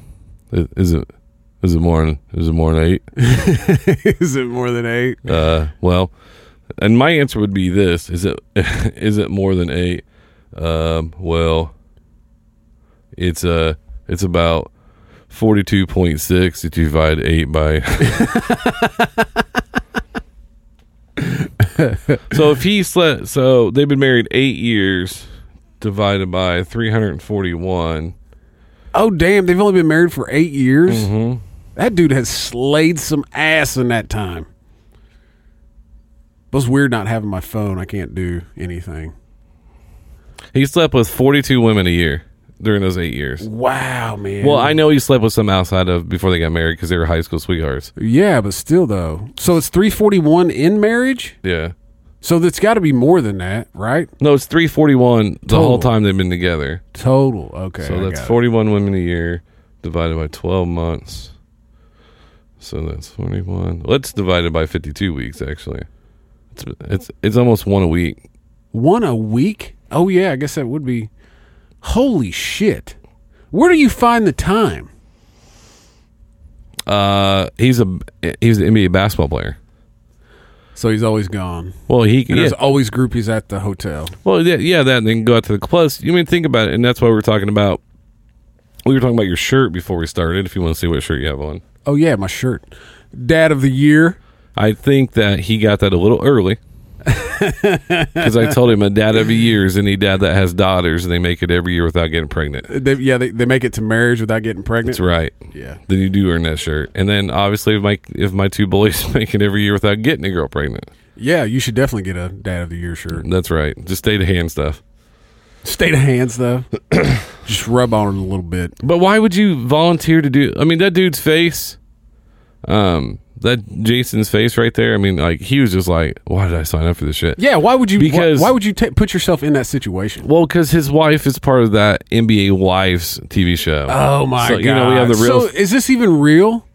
Speaker 4: i- is it is it more than is it more than eight?
Speaker 1: Is it more than eight?
Speaker 4: Uh well, and my answer would be this, is it is it more than 8? Um well, it's uh it's about 42.6 if you divide 8 by So if he slept so they've been married 8 years divided by 341
Speaker 1: Oh, damn! They've only been married for eight years.
Speaker 4: Mm-hmm.
Speaker 1: That dude has slayed some ass in that time. It was weird not having my phone. I can't do anything.
Speaker 4: he slept with 42 women a year during those 8 years.
Speaker 1: Wow, man.
Speaker 4: Well, I know he slept with some outside of before they got married cuz they were high school sweethearts.
Speaker 1: Yeah, but still though. So it's 341 in marriage?
Speaker 4: Yeah.
Speaker 1: So that's got to be more than that, right?
Speaker 4: No, it's 341 the
Speaker 1: Total.
Speaker 4: whole time they've been together.
Speaker 1: Total. Okay. I
Speaker 4: So that's
Speaker 1: got it.
Speaker 4: 41 women a year divided by 12 months. So that's 41. Let's divide it by 52 weeks actually. It's it's it's almost one a week.
Speaker 1: One a week? Oh yeah, I guess that would be Holy shit. Where do you find the time?
Speaker 4: Uh he's a he's an NBA basketball player.
Speaker 1: So he's always gone.
Speaker 4: Well, he
Speaker 1: And
Speaker 4: yeah,
Speaker 1: there's always groupies at the hotel.
Speaker 4: well yeah, yeah that and then go out to the plus. You mean think about it and that's why we were talking about we were talking about your shirt before we started if you want to see what shirt you have on.
Speaker 1: Oh yeah, my shirt. Dad of the year.
Speaker 4: I think that he got that a little early. Because I told him a dad every year is any dad that has daughters and they make it every year without getting pregnant.
Speaker 1: They, yeah, they, they make it to marriage without getting pregnant.
Speaker 4: That's right.
Speaker 1: Yeah.
Speaker 4: Then you do earn that shirt. And then obviously if my if my two boys make it every year without getting a girl pregnant.
Speaker 1: Yeah, you should definitely get a dad of the year shirt.
Speaker 4: That's right. Just stay to hand stuff.
Speaker 1: State of hands though. Just rub on it a little bit.
Speaker 4: But why would you volunteer to do I mean that dude's face um that Jason's face right there, I mean like he was just like, Why did I sign up for this shit?
Speaker 1: Yeah, why would you?
Speaker 4: Because-
Speaker 1: why, why would you ta put yourself in that situation?
Speaker 4: Well, because his wife is part of that NBA Wives TV show. so, You know, we have the real.
Speaker 1: Oh, So is this even real?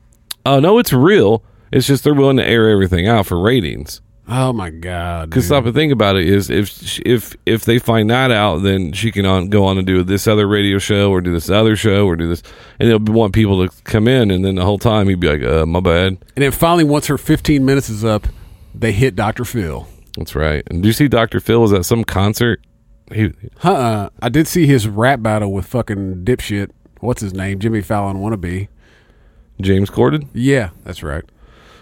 Speaker 4: oh no, it's real. It's just they're willing to air everything out for ratings.
Speaker 1: Oh my god!
Speaker 4: Because
Speaker 1: dude.
Speaker 4: stop and think about it is if sh- if if they find that out, then she can on, go on and do this other radio show or do this other show or do this, and they'll want people to come in, and then the whole time he'd be like, uh, "My bad."
Speaker 1: and then finally, once her fifteen minutes is up, they hit Dr. Phil.
Speaker 4: That's right. And do you see Dr. Phil is at some concert? He,
Speaker 1: Huh? I did see his rap battle with fucking dipshit. What's his name? Jimmy Fallon wannabe.
Speaker 4: James Corden.
Speaker 1: Yeah, that's right.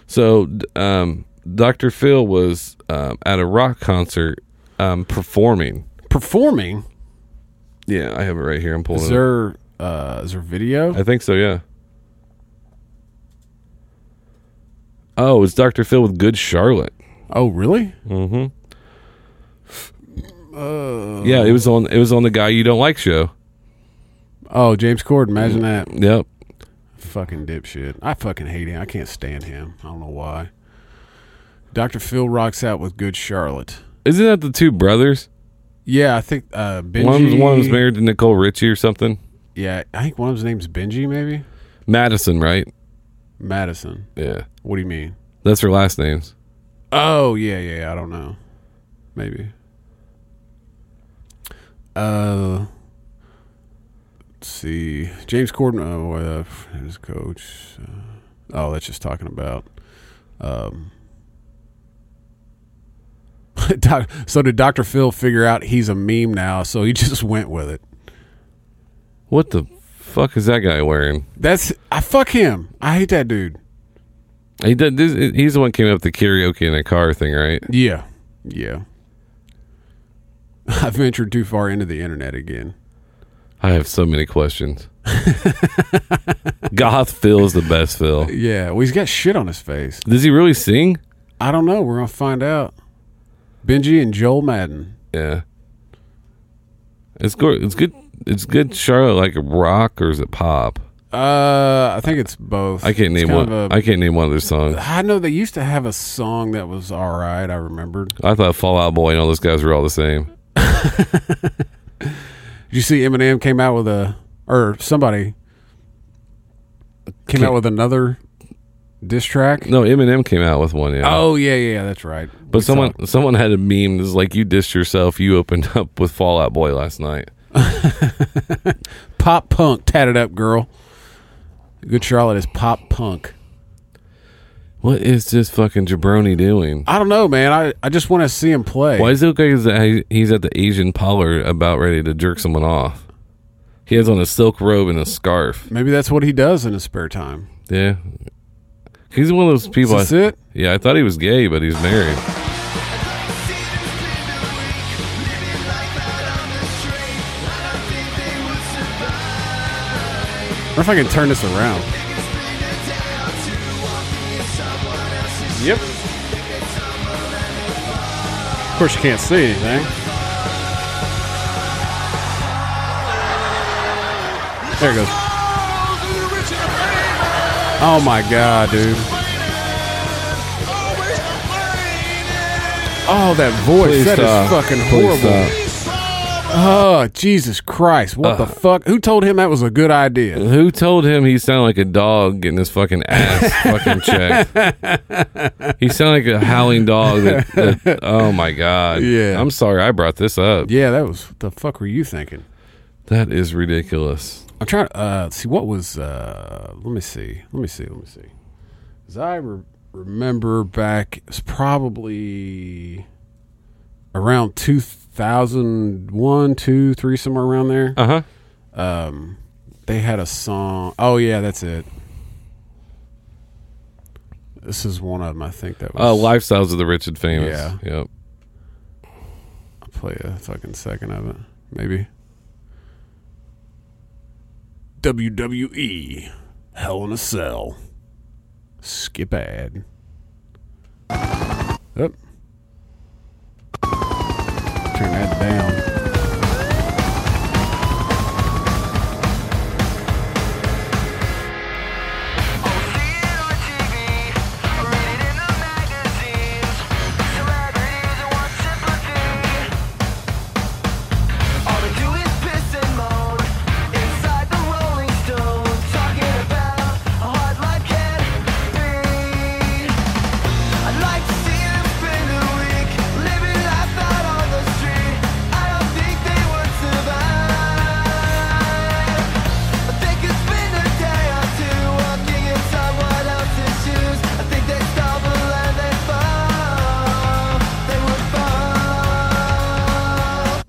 Speaker 4: So, d- um, Dr. Phil was um, at a rock concert um, performing.
Speaker 1: Performing.
Speaker 4: Yeah, I have it right here. I'm pulling
Speaker 1: Is
Speaker 4: it. up.
Speaker 1: there uh, is there video?
Speaker 4: I think so. Yeah. Oh, it's Dr. Phil with Good Charlotte.
Speaker 1: Oh, really?
Speaker 4: Yeah, it was on. It was on the guy you don't like show.
Speaker 1: Oh, James Corden. Imagine that.
Speaker 4: Yep.
Speaker 1: Fucking dipshit. I fucking hate him. I can't stand him. I don't know why. Dr. Phil rocks out with Good Charlotte.
Speaker 4: Isn't that the two brothers?
Speaker 1: Yeah, I think uh, Benji.
Speaker 4: One of, 'em- one of them's married to Nicole Richie or something.
Speaker 1: Yeah, I think one of his name's Benji, maybe?
Speaker 4: Madison, right?
Speaker 1: Madison.
Speaker 4: Yeah,
Speaker 1: What do you mean?
Speaker 4: that's her last names.
Speaker 1: Oh, yeah, yeah, yeah, I don't know. Maybe. Uh, let's see. James Corden, oh, uh, his coach. Uh, oh, that's just talking about. Um, Doc- so did Dr. Phil figure out he's a meme now, so he just went with it.
Speaker 4: What the fuck is that guy wearing?
Speaker 1: That's, I fuck him. I hate that dude.
Speaker 4: He did, this, he's the one who came up with the karaoke in a car thing, right?
Speaker 1: Yeah. Yeah. I ventured too far into the internet again.
Speaker 4: I have so many questions. Goth Phil is the best Phil.
Speaker 1: Yeah. Well, he's got shit on his face.
Speaker 4: Does he really sing?
Speaker 1: I don't know. We're going to find out. Benji and Joel Madden.
Speaker 4: Yeah. It's good. It's good. It's good. Charlotte like rock or is it pop?
Speaker 1: Uh, I think it's both.
Speaker 4: I can't
Speaker 1: It's
Speaker 4: name
Speaker 1: kind
Speaker 4: one.
Speaker 1: of
Speaker 4: I
Speaker 1: a-
Speaker 4: I can't name one of their songs.
Speaker 1: I know they used to have a song that was all right. I remembered.
Speaker 4: I thought Fallout Boy and all those guys were all the same.
Speaker 1: Did you see Eminem came out with a, or somebody came out with another diss track?
Speaker 4: No, Eminem came out with one. Yeah.
Speaker 1: Oh, yeah, yeah, that's right.
Speaker 4: but someone someone had a meme that's like you dissed yourself. You opened up with Fallout Boy last night.
Speaker 1: pop punk tatted up girl. Good Charlotte is pop punk.
Speaker 4: What is this fucking jabroni doing?
Speaker 1: I don't know, man. I, I just want to see him play.
Speaker 4: Why is it okay that he's at the Asian parlor about ready to jerk someone off? He has on a silk robe and a scarf.
Speaker 1: Maybe that's what he does in his spare time.
Speaker 4: Yeah. He's one of those people.
Speaker 1: Is this
Speaker 4: I-
Speaker 1: it?
Speaker 4: Yeah, I thought he was gay, but he's married.
Speaker 1: I wonder if I can turn this around. Yep. Of course, you can't see anything. There it goes. Oh my god, dude. Oh, that voice.
Speaker 4: Please
Speaker 1: That is
Speaker 4: stop.
Speaker 1: fucking
Speaker 4: Please
Speaker 1: horrible.
Speaker 4: stop.
Speaker 1: Oh, Jesus Christ. What the fuck? Who told him that was a good idea?
Speaker 4: Who told him he sounded like a dog getting his fucking ass fucking checked? He sounded like a howling dog. That, that, oh my god.
Speaker 1: Yeah.
Speaker 4: I'm sorry I brought this up.
Speaker 1: Yeah, that was what the fuck were you thinking?
Speaker 4: That is ridiculous.
Speaker 1: I'm trying to uh, see what was. Uh, let me see. Let me see. Let me see. As I re- remember back, it's probably around 2001, 2, 3, somewhere around there. Um,
Speaker 4: Uh huh.
Speaker 1: They had a song. Oh, yeah, that's it. This is one of them, I think that was.
Speaker 4: Oh, lifestyles of the rich and famous.
Speaker 1: Yeah.
Speaker 4: Yep.
Speaker 1: I'll play a fucking second of it, maybe. WWE E, Hell in a Cell. Skip ad. Up. Turn that down.
Speaker 8: I'd like to see them spend the week living life out on the street. I don't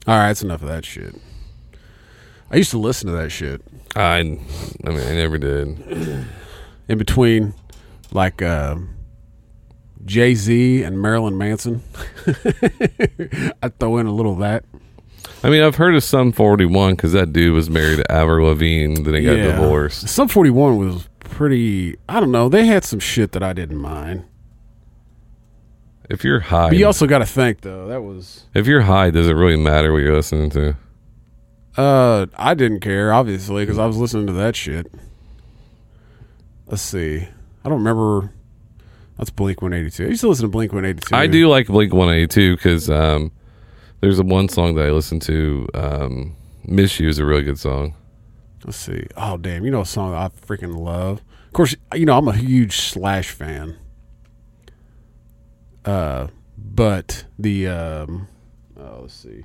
Speaker 1: All right, that's enough of that shit. I used to listen to that shit
Speaker 4: I, I mean, I never did.
Speaker 1: in between, like um Jay Z and Marilyn Manson. I throw in a little of that.
Speaker 4: I mean, I've heard of some 41 because that dude was married to Avril Lavigne, then he got divorced.
Speaker 1: Sub Forty One was pretty. I don't know. They had some shit that I didn't mind.
Speaker 4: If you're high,
Speaker 1: But you also got to think though. That was.
Speaker 4: if you're high, does it really matter what you're listening to?
Speaker 1: Uh, I didn't care obviously because I was listening to that shit. Let's see. I don't remember. That's Blink One Eighty Two. I used to listen to Blink One Eighty Two.
Speaker 4: I do like Blink 182 because um, there's a one song that I listen to. Um, Miss You is a really good song.
Speaker 1: Let's see. Oh damn! You know a song I freaking love. Of course, you know I'm a huge Slash fan. Uh, but the um, oh let's see.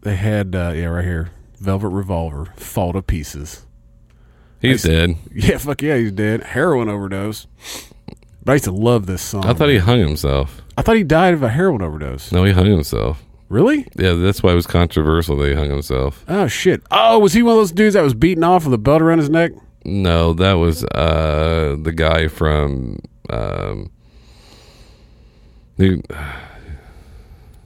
Speaker 1: They had uh, yeah right here, Velvet Revolver fall to pieces.
Speaker 4: He's dead.
Speaker 1: Yeah, fuck yeah, he's dead. Heroin overdose. But I used to love this song.
Speaker 4: I thought he hung himself.
Speaker 1: I thought he died of a heroin overdose.
Speaker 4: No, he hung himself.
Speaker 1: Really?
Speaker 4: Yeah, that's why it was controversial that he hung himself.
Speaker 1: Oh shit. Oh, was he one of those dudes that was beaten off with a belt around his neck?
Speaker 4: No, that was uh, the guy from. Um, he,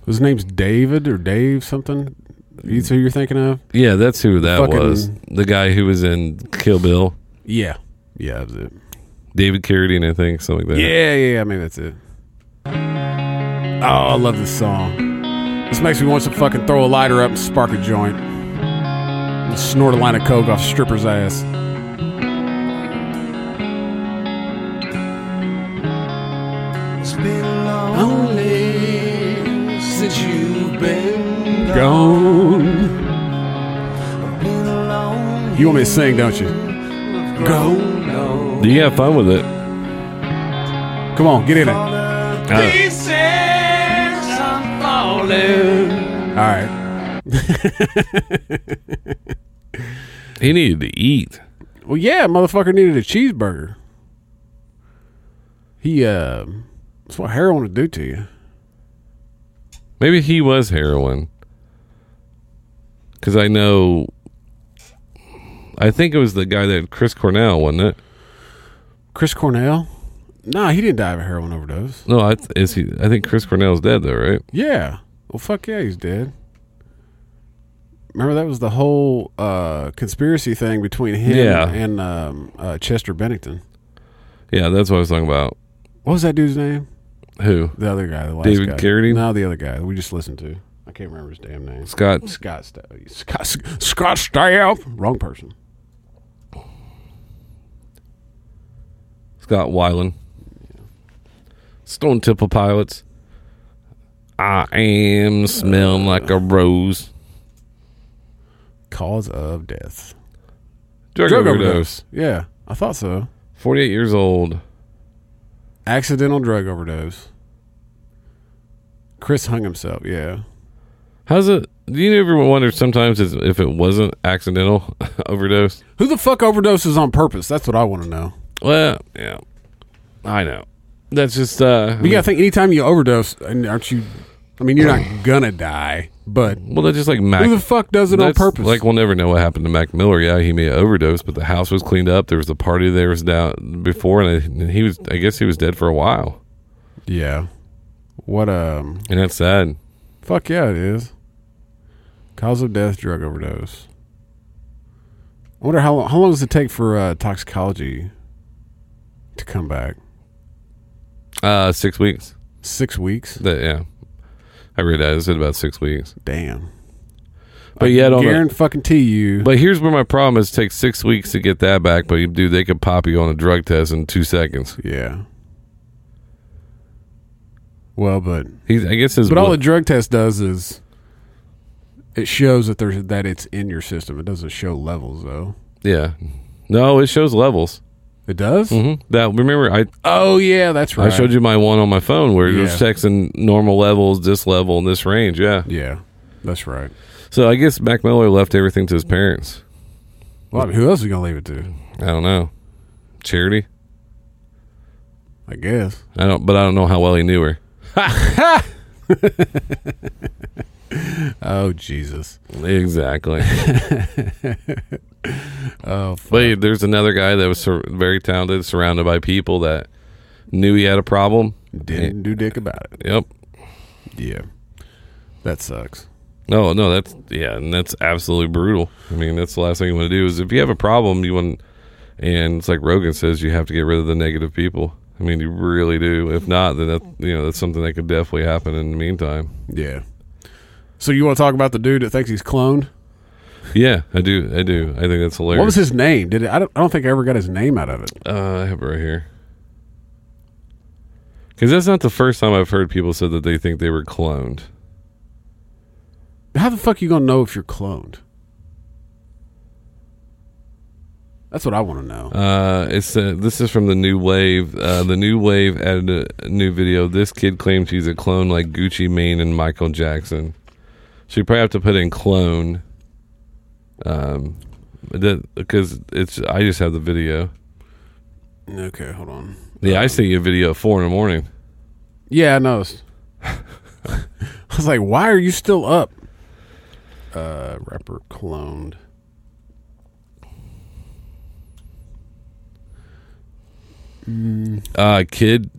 Speaker 1: His name's David or Dave something. That's who you're thinking of?
Speaker 4: yeah, that's who that
Speaker 1: Fucking-
Speaker 4: was. The guy who was in Kill Bill,
Speaker 1: Yeah. Yeah, that's it.
Speaker 4: David Carradine, I think, something like that.
Speaker 1: Yeah, yeah, yeah. Maybe that's it. Oh, I love this song. This makes me want to fucking throw a lighter up and spark a joint. And snort a line of coke off stripper's ass. Lonely since you've been gone. You want me to sing, don't you? Go.
Speaker 4: You have fun with it.
Speaker 1: Come on, get in it. All
Speaker 4: Uh,
Speaker 1: right.
Speaker 4: he needed to eat.
Speaker 1: Well, yeah, motherfucker needed a cheeseburger. He, uh, that's what heroin would do to you.
Speaker 4: Maybe he was heroin. Because I know. I think it was the guy that Chris Cornell, wasn't it?
Speaker 1: Chris Cornell? Nah, he didn't die of a heroin overdose.
Speaker 4: No, I th- is he? I think Chris Cornell's dead though, right?
Speaker 1: Yeah. Well, fuck yeah, he's dead. Remember that was the whole uh, conspiracy thing between him
Speaker 4: Yeah.
Speaker 1: and um, uh, Chester Bennington.
Speaker 4: Yeah, that's what I was talking about.
Speaker 1: What was that dude's name?
Speaker 4: Who?
Speaker 1: The other guy, the last
Speaker 4: David
Speaker 1: guy.
Speaker 4: Carradine?
Speaker 1: No, the other guy that we just listened to. I can't remember his damn name.
Speaker 4: Scott.
Speaker 1: Scott Stapp. Scott, Scott Stapp. Wrong person.
Speaker 4: Scott Weiland. Stone Temple Pilots. I am smelling like a rose.
Speaker 1: Cause of death.
Speaker 4: Drug,
Speaker 1: Drug
Speaker 4: overdose.
Speaker 1: overdose. Yeah, I thought so.
Speaker 4: Forty-eight years old.
Speaker 1: Accidental drug overdose. Chris hung himself. Yeah.
Speaker 4: How's it? Do you ever wonder sometimes is- if it wasn't accidental overdose?
Speaker 1: Who the fuck overdoses on purpose? That's what I want to know.
Speaker 4: Well, yeah, I know. That's just uh, I
Speaker 1: But you
Speaker 4: mean,
Speaker 1: gotta think anytime you overdose, and aren't you? I mean, you're not gonna die, but
Speaker 4: well, that's just like Mac.
Speaker 1: who the fuck does it on
Speaker 4: that's-
Speaker 1: purpose?
Speaker 4: Like we'll never know what happened to Mac Miller. Yeah, he may have overdosed, but the house was cleaned up. There was a party there was down before, and he was. I guess he was dead for a while,
Speaker 1: yeah. What um?
Speaker 4: and that's sad.
Speaker 1: Fuck yeah, it is. Cause of death, drug overdose. I wonder how long, how long does it take for uh, toxicology to come back?
Speaker 4: Uh, six weeks.
Speaker 1: Six weeks.
Speaker 4: That yeah, I read that. It said about six weeks.
Speaker 1: Damn.
Speaker 4: But yet on the,
Speaker 1: Guarantee fucking T you.
Speaker 4: But here's where my problem is: it takes six weeks to get that back. But you do, they could pop you on a drug test in two seconds.
Speaker 1: yeah. Well, but
Speaker 4: He's, I guess his.
Speaker 1: but all
Speaker 4: blo-
Speaker 1: a drug test does is it shows that there's that it's in your system. It doesn't show levels though.
Speaker 4: yeah, no, it shows levels.
Speaker 1: It does.
Speaker 4: hmm That remember, I
Speaker 1: Oh yeah, that's right.
Speaker 4: I showed you my one on my phone where it was
Speaker 1: Yeah.
Speaker 4: texting normal levels, this level, and this range. Yeah.
Speaker 1: Yeah, that's right.
Speaker 4: So I guess Mac Miller left everything to his parents.
Speaker 1: Well, I mean, who else is gonna leave it to?
Speaker 4: I don't know, charity.
Speaker 1: I guess.
Speaker 4: I don't, but I don't know how well he knew her.
Speaker 1: Oh Jesus.
Speaker 4: Exactly. oh, but there's another guy that was sur- very talented, surrounded by people that knew he had a problem.
Speaker 1: Didn't do dick about it.
Speaker 4: Yep.
Speaker 1: Yeah. That sucks.
Speaker 4: No, no, that's yeah, and that's absolutely brutal. I mean, that's the last thing you want to do is if you have a problem, you want, and it's like Rogan says, you have to get rid of the negative people. I mean, you really do. If not, then that you know that's something that could definitely happen in the meantime.
Speaker 1: Yeah. So you want to talk about the dude that thinks he's cloned?
Speaker 4: Yeah, I do, I do. I think that's hilarious.
Speaker 1: What was his name? Did it, I don't I don't think I ever got his name out of it.
Speaker 4: Uh, I have it right here. Because that's not the first time I've heard people said that they think they were cloned.
Speaker 1: How the fuck you gonna know if you're cloned? That's what I want to know.
Speaker 4: Uh, it's uh, this is from the New Wave. Uh, the New Wave added a- a new video. This kid claims he's a clone like Gucci Mane and Michael Jackson. So you probably have to put in clone. Um, because it's I just have the video.
Speaker 1: Okay, hold on.
Speaker 4: Yeah, I see your video at four in the morning.
Speaker 1: Yeah, I noticed. I was like, why are you still up? Uh, rapper cloned.
Speaker 4: Uh, kid,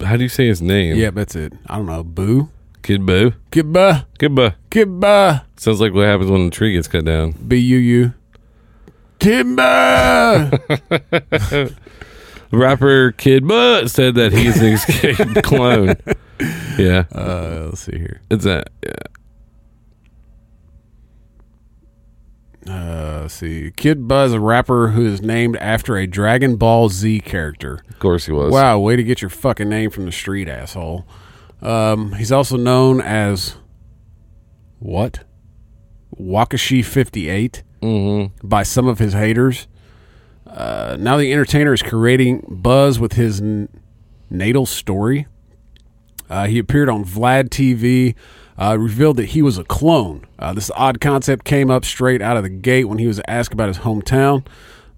Speaker 4: how do you say his name?
Speaker 1: Yeah, that's it. I don't know. Boo.
Speaker 4: Kid Boo.
Speaker 1: Kibba.
Speaker 4: Kid Boo.
Speaker 1: Kibba.
Speaker 4: Sounds like what happens when a tree gets cut down.
Speaker 1: B U U. Timber.
Speaker 4: Rapper Kid Butt said that he's an escaped clone. Yeah,
Speaker 1: uh, let's see here.
Speaker 4: it's a yeah.
Speaker 1: Uh, let's see. Kid Buzz, a rapper who is named after a Dragon Ball Z character.
Speaker 4: Of course he was.
Speaker 1: Wow, way to get your fucking name from the street, asshole. Um, he's also known as what? Wakashi 58 by some of his haters. Uh, now the entertainer is creating buzz with his n- natal story. Uh, he appeared on Vlad TV, uh, revealed that he was a clone. Uh, this odd concept came up straight out of the gate when he was asked about his hometown.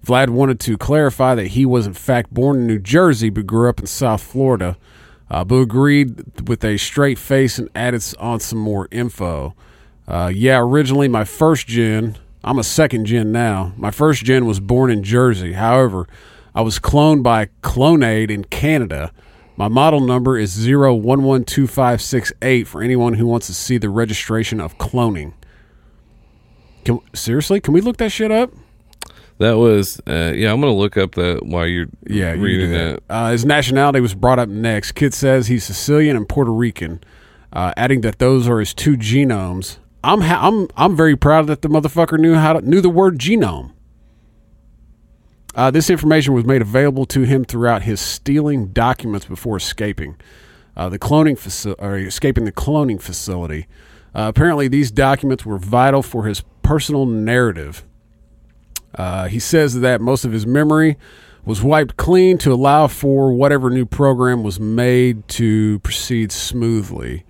Speaker 1: Vlad wanted to clarify that he was, in fact, born in New Jersey but grew up in South Florida. Uh, Boo agreed with a straight face and added s- on some more info. Uh, yeah, originally my first gen, I'm a second gen now. My first gen was born in Jersey. However, I was cloned by Clonade in Canada. My model number is 0112568 for anyone who wants to see the registration of cloning. Can, seriously, can we look that shit up?
Speaker 4: That was uh, yeah. I'm gonna look up that while you're
Speaker 1: Yeah, you
Speaker 4: reading
Speaker 1: do
Speaker 4: that.
Speaker 1: Uh, his nationality was brought up next. Kid says he's Sicilian and Puerto Rican, uh, adding that those are his two genomes. I'm ha- I'm I'm very proud that the motherfucker knew how to, knew the word genome. Uh, this information was made available to him throughout his stealing documents before escaping uh, the cloning faci- or escaping the cloning facility. Uh, apparently, these documents were vital for his personal narrative. Uh, he says that most of his memory was wiped clean to allow for whatever new program was made to proceed smoothly.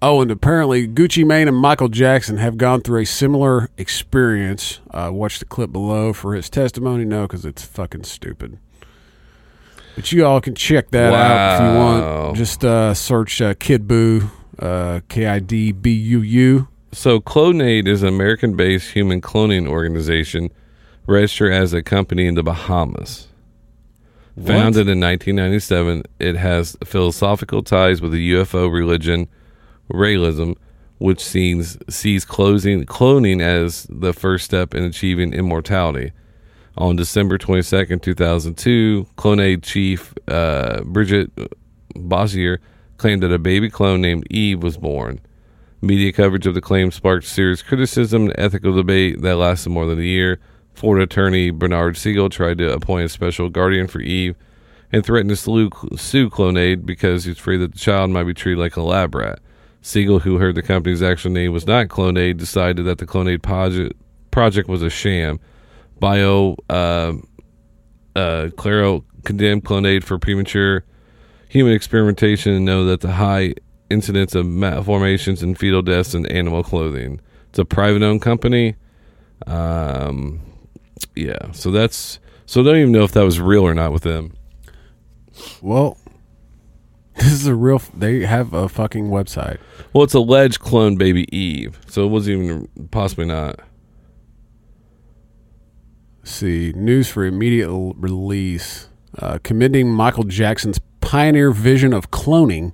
Speaker 1: Oh, and apparently Gucci Mane and Michael Jackson have gone through a similar experience. Uh, watch the clip below for his testimony. No, because it's fucking stupid. But you all can check that out if you
Speaker 4: Wow.
Speaker 1: want. Just uh, search uh, Kid Boo, uh, K I D B U U.
Speaker 4: So Clonade is an American-based human cloning organization, registered as a company in the Bahamas. Founded in 1997, it has philosophical ties with the UFO religion, realism, which sees sees closing cloning as the first step in achieving immortality. On December 22nd, 2002, Clonade chief uh, Bridget Bossier claimed that a baby clone named Eve was born. Media coverage of the claim sparked serious criticism and ethical debate that lasted more than a year. Florida attorney Bernard Siegel tried to appoint a special guardian for Eve and threatened to sue, sue Clonade because he's afraid that the child might be treated like a lab rat. Siegel, who heard the company's actual name was not Clonade, decided that the Clonade project, project was a sham. Bio uh, uh, Claro condemned Clonade for premature human experimentation and know that the high incidence of malformations and fetal deaths in animal clothing. It's a private owned company. Um, yeah, so that's so I don't even know if that was real or not with them.
Speaker 1: Well, This is a real. They have a fucking website.
Speaker 4: Well, it's alleged clone baby Eve, so it wasn't even possibly not.
Speaker 1: see news for immediate l- release uh, commending michael jackson's pioneer vision of cloning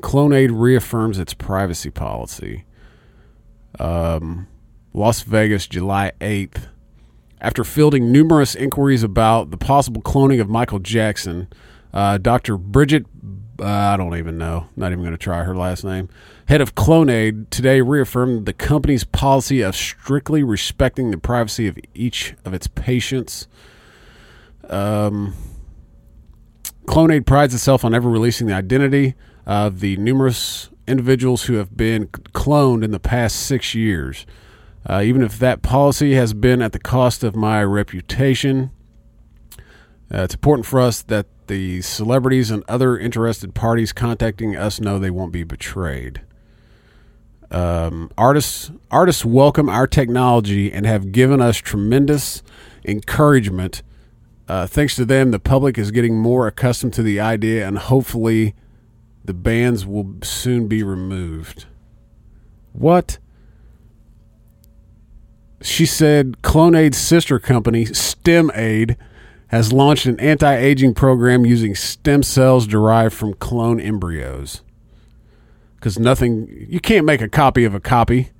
Speaker 1: clonaid reaffirms its privacy policy um, las vegas july 8th after fielding numerous inquiries about the possible cloning of michael jackson uh, dr bridget uh, i don't even know not even going to try her last name head of clonaid today reaffirmed the company's policy of strictly respecting the privacy of each of its patients Clonade prides itself on ever releasing the identity of the numerous individuals who have been cloned in the past six years. Uh, even if that policy has been at the cost of my reputation, uh, it's important for us that the celebrities and other interested parties contacting us know they won't be betrayed. Um, artists artists welcome our technology and have given us tremendous encouragement uh, thanks to them, the public is getting more accustomed to the idea, and hopefully, the bans will soon be removed. What? She said Clonaid's sister company, StemAid, has launched an anti aging program using stem cells derived from clone embryos. Because nothing, you can't make a copy of a copy.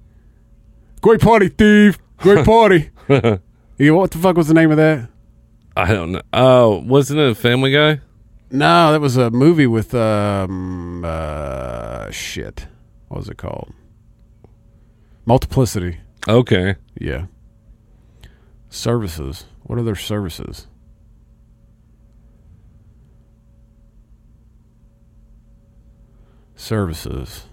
Speaker 1: Great party, thief! Great party! yeah, what the fuck was the name of that?
Speaker 4: I don't know. Oh, wasn't it a Family Guy?
Speaker 1: No, that was a movie with um uh shit. What was it called? Multiplicity.
Speaker 4: Okay,
Speaker 1: Yeah. Services. What are their services? Services.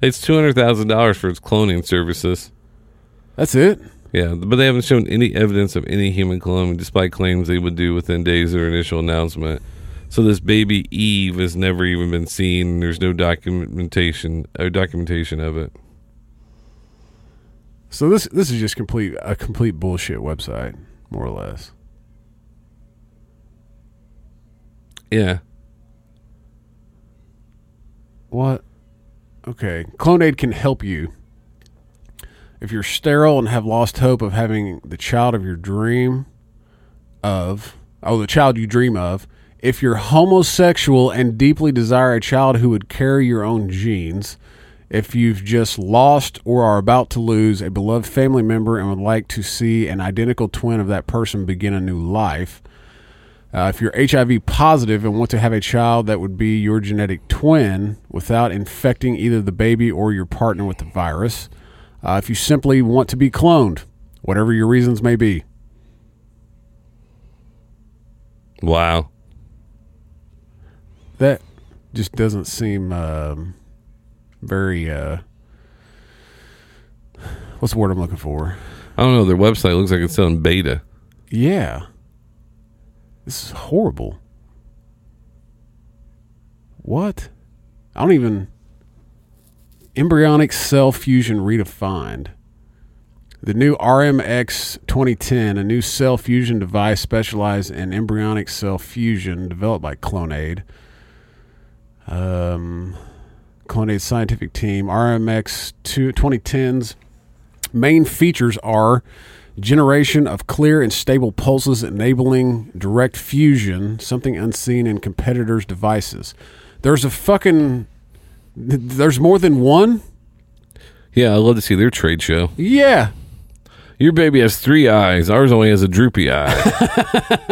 Speaker 4: it's two hundred thousand dollars for its cloning services.
Speaker 1: That's it.
Speaker 4: Yeah, but they haven't shown any evidence of any human cloning, despite claims they would do within days of their initial announcement. So this baby Eve has never even been seen. and There's no documentation or documentation of it.
Speaker 1: So this this is just complete a complete bullshit website, more or less.
Speaker 4: Yeah,
Speaker 1: What? Okay. Clonade can help you. If you're sterile and have lost hope of having the child of your dream of, oh, the child you dream of, if you're homosexual and deeply desire a child who would carry your own genes, if you've just lost or are about to lose a beloved family member and would like to see an identical twin of that person begin a new life, uh, if you're HIV positive and want to have a child that would be your genetic twin without infecting either the baby or your partner with the virus, uh, if you simply want to be cloned, whatever your reasons may be.
Speaker 4: wow.
Speaker 1: That just doesn't seem um, very. Uh, what's the word I'm looking for?
Speaker 4: I don't know. Their website looks like it's still in beta.
Speaker 1: Yeah. This is horrible. What? I don't even. Embryonic cell fusion redefined. The new RMX 2010, a new cell fusion device specialized in embryonic cell fusion developed by Clonaid. Um, Clonaid's scientific team, RMX 2, 2010's main features are generation of clear and stable pulses enabling direct fusion, something unseen in competitors' devices. There's a fucking. th- There's more than one?
Speaker 4: Yeah, I love to see their trade show.
Speaker 1: Yeah.
Speaker 4: Your baby has three eyes. Ours only has a droopy eye.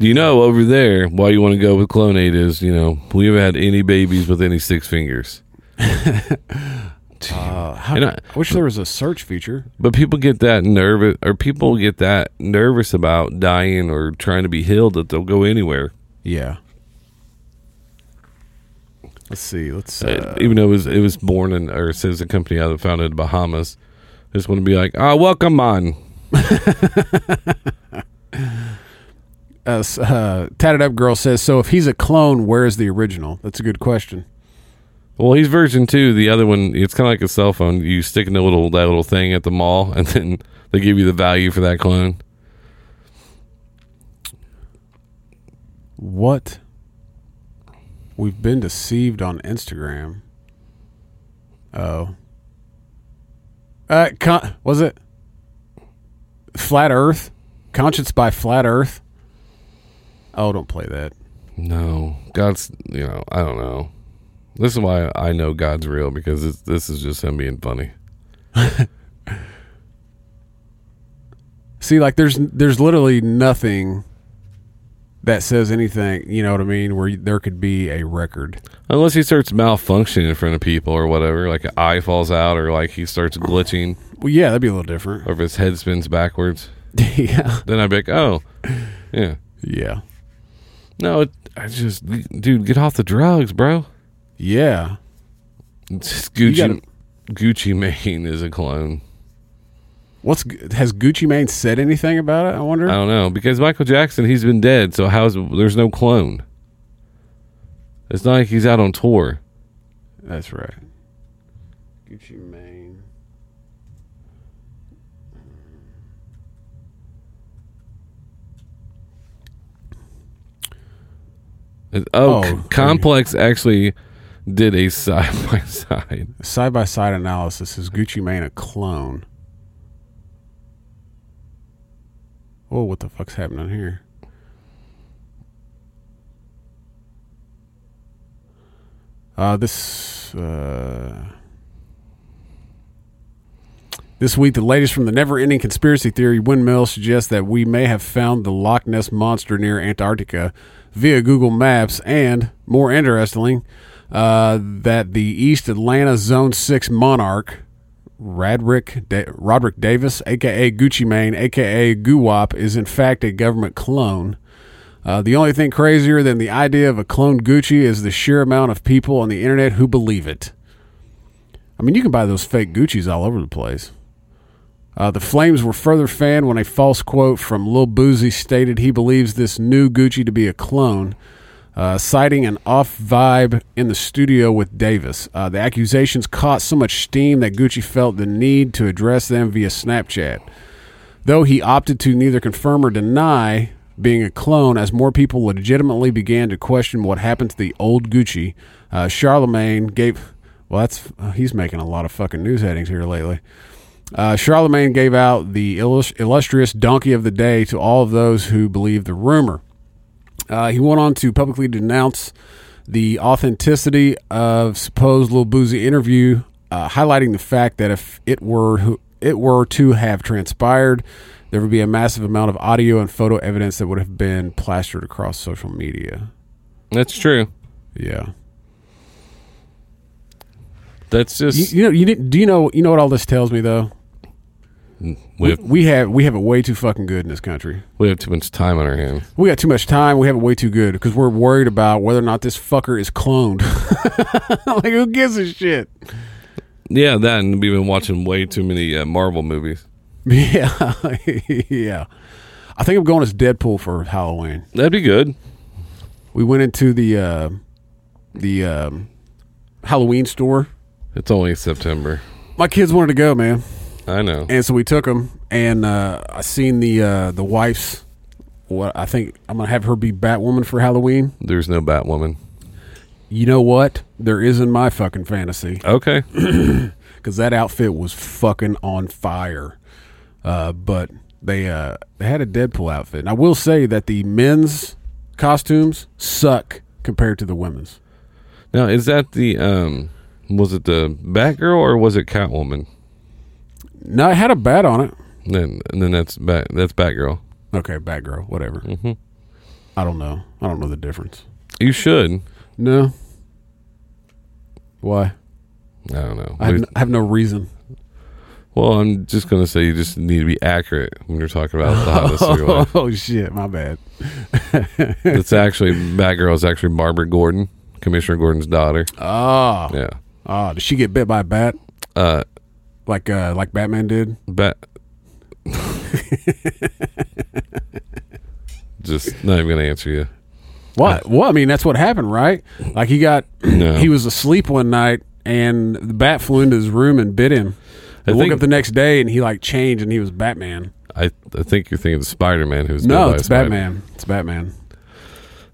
Speaker 4: you know, over there, why you want to go with Clonate is, you know, we haven't had any babies with any six fingers.
Speaker 1: How-
Speaker 4: And I-
Speaker 1: I wish there was a search feature.
Speaker 4: But people get that nervous, or people get that nervous about dying or trying to be healed that they'll go anywhere.
Speaker 1: Yeah. Let's see. Let's.
Speaker 4: Uh,
Speaker 1: Uh,
Speaker 4: even though it was it was born in or it says a company out of founded in the Bahamas, I just want to be like, ah, welcome on.
Speaker 1: uh, s- uh, Tatted Up Girl says So if he's a clone, where is the original? That's a good question.
Speaker 4: Well, he's version two. The other one, it's kind of like a cell phone. You stick in the little that little thing at the mall, and then they give you the value for that clone.
Speaker 1: What? We've been deceived on Instagram. Oh. Uh, con- was it Flat Earth? Conscience by Flat Earth. Oh, don't play that.
Speaker 4: No, God's. You know, I don't know. This is why I know God's real because it's, this is just him being funny.
Speaker 1: See, like there's there's literally nothing that says anything. You know what I mean? Where there could be a record.
Speaker 4: Unless he starts malfunctioning in front of people or whatever, like an eye falls out or like he starts glitching
Speaker 1: Well, yeah, that'd be a little different.
Speaker 4: or if his head spins backwards,
Speaker 1: yeah,
Speaker 4: then I'd be like, oh, yeah.
Speaker 1: yeah,
Speaker 4: No, it, I just, dude, get off the drugs, bro.
Speaker 1: yeah.
Speaker 4: It's just
Speaker 1: You
Speaker 4: Gucci, Gucci Mane is a clone.
Speaker 1: What's has Gucci Mane said anything about it? I wonder.
Speaker 4: I don't know because Michael Jackson, he's been dead, so how's there's no clone? It's not like he's out on tour.
Speaker 1: That's right. Gucci Mane.
Speaker 4: It- oh,
Speaker 1: Oh,
Speaker 4: C-
Speaker 1: okay.
Speaker 4: Complex actually did a side by side.
Speaker 1: Side by side analysis is Gucci Mane a clone? Whoa, what the fuck's happening here? Uh, this uh, this week, the latest from the never-ending conspiracy theory windmill suggests that we may have found the Loch Ness monster near Antarctica via Google Maps, and more interestingly, uh, that the East Atlanta Zone Six monarch Radrick da- Roderick Davis, aka Gucci Mane, aka Guwap, is in fact a government clone. Uh, the only thing crazier than the idea of a cloned Gucci is the sheer amount of people on the internet who believe it. I mean, you can buy those fake Gucci's all over the place. Uh, the flames were further fanned when a false quote from Lil Boozy stated he believes this new Gucci to be a clone, uh, citing an off vibe in the studio with Davis. Uh, the accusations caught so much steam that Gucci felt the need to address them via Snapchat though he opted to neither confirm or deny being a clone as more people legitimately began to question what happened to the old Gucci. Uh, Charlemagne gave. Well, that's uh, he's making a lot of fucking news headings here lately. Uh, Charlemagne gave out the illus- illustrious donkey of the day to all of those who believed the rumor. Uh, he went on to publicly denounce the authenticity of supposed Lil Boozy interview, uh, highlighting the fact that if it were who, it were to have transpired, there would be a massive amount of audio and photo evidence that would have been plastered across social media.
Speaker 4: That's true.
Speaker 1: Yeah,
Speaker 4: That's
Speaker 1: you,
Speaker 4: just
Speaker 1: you know, you didn't, do you know you know what all this tells me though?
Speaker 4: we have,
Speaker 1: We have we have it way too fucking good in this country.
Speaker 4: we have too much time on our hands.
Speaker 1: We got too much time. We have it way too good because we're worried about whether or not this fucker is cloned. like who gives a shit?
Speaker 4: Yeah, that and we've been watching way too many uh, Marvel movies.
Speaker 1: Yeah, yeah. I think I'm going as Deadpool for Halloween.
Speaker 4: That'd be good.
Speaker 1: We went into the uh, the um, Halloween store.
Speaker 4: It's only September.
Speaker 1: My kids wanted to go, man,
Speaker 4: I know.
Speaker 1: and so we took them. And uh, I seen the uh, the wife's. What I think I'm gonna have her be Batwoman for Halloween.
Speaker 4: There's no Batwoman.
Speaker 1: You know what? There is in my fucking fantasy
Speaker 4: Okay.
Speaker 1: because that outfit was fucking on fire. Uh, but they uh, they had a Deadpool outfit, and I will say that the men's costumes suck compared to the women's.
Speaker 4: Now, is that the um was it the Batgirl or was it Catwoman?
Speaker 1: No, I had a bat on it.
Speaker 4: Then then that's Bat that's Batgirl.
Speaker 1: Okay, Batgirl, whatever. Mm-hmm. I don't know. I don't know the difference.
Speaker 4: You should.
Speaker 1: No. Why?
Speaker 4: I don't know.
Speaker 1: I have,
Speaker 4: We-
Speaker 1: no, I have no reason.
Speaker 4: well, I'm just gonna say you just need to be accurate when you're talking about the hotness of your life.
Speaker 1: Oh shit, my bad.
Speaker 4: It's actually Batgirl is actually Barbara Gordon, Commissioner Gordon's daughter.
Speaker 1: Oh,
Speaker 4: Yeah.
Speaker 1: oh, did she get bit by a bat
Speaker 4: Uh,
Speaker 1: like uh, like Batman did?
Speaker 4: Bat. just not even gonna answer you.
Speaker 1: What? Well, I mean, that's what happened, right? Like he got,
Speaker 4: No.
Speaker 1: he was asleep one night, and the bat flew into his room and bit him.
Speaker 4: I
Speaker 1: He woke
Speaker 4: think-
Speaker 1: up the next day, and he like changed, and he was Batman.
Speaker 4: I I think you're thinking of Spider Man who's
Speaker 1: No, it's Batman. It's Batman.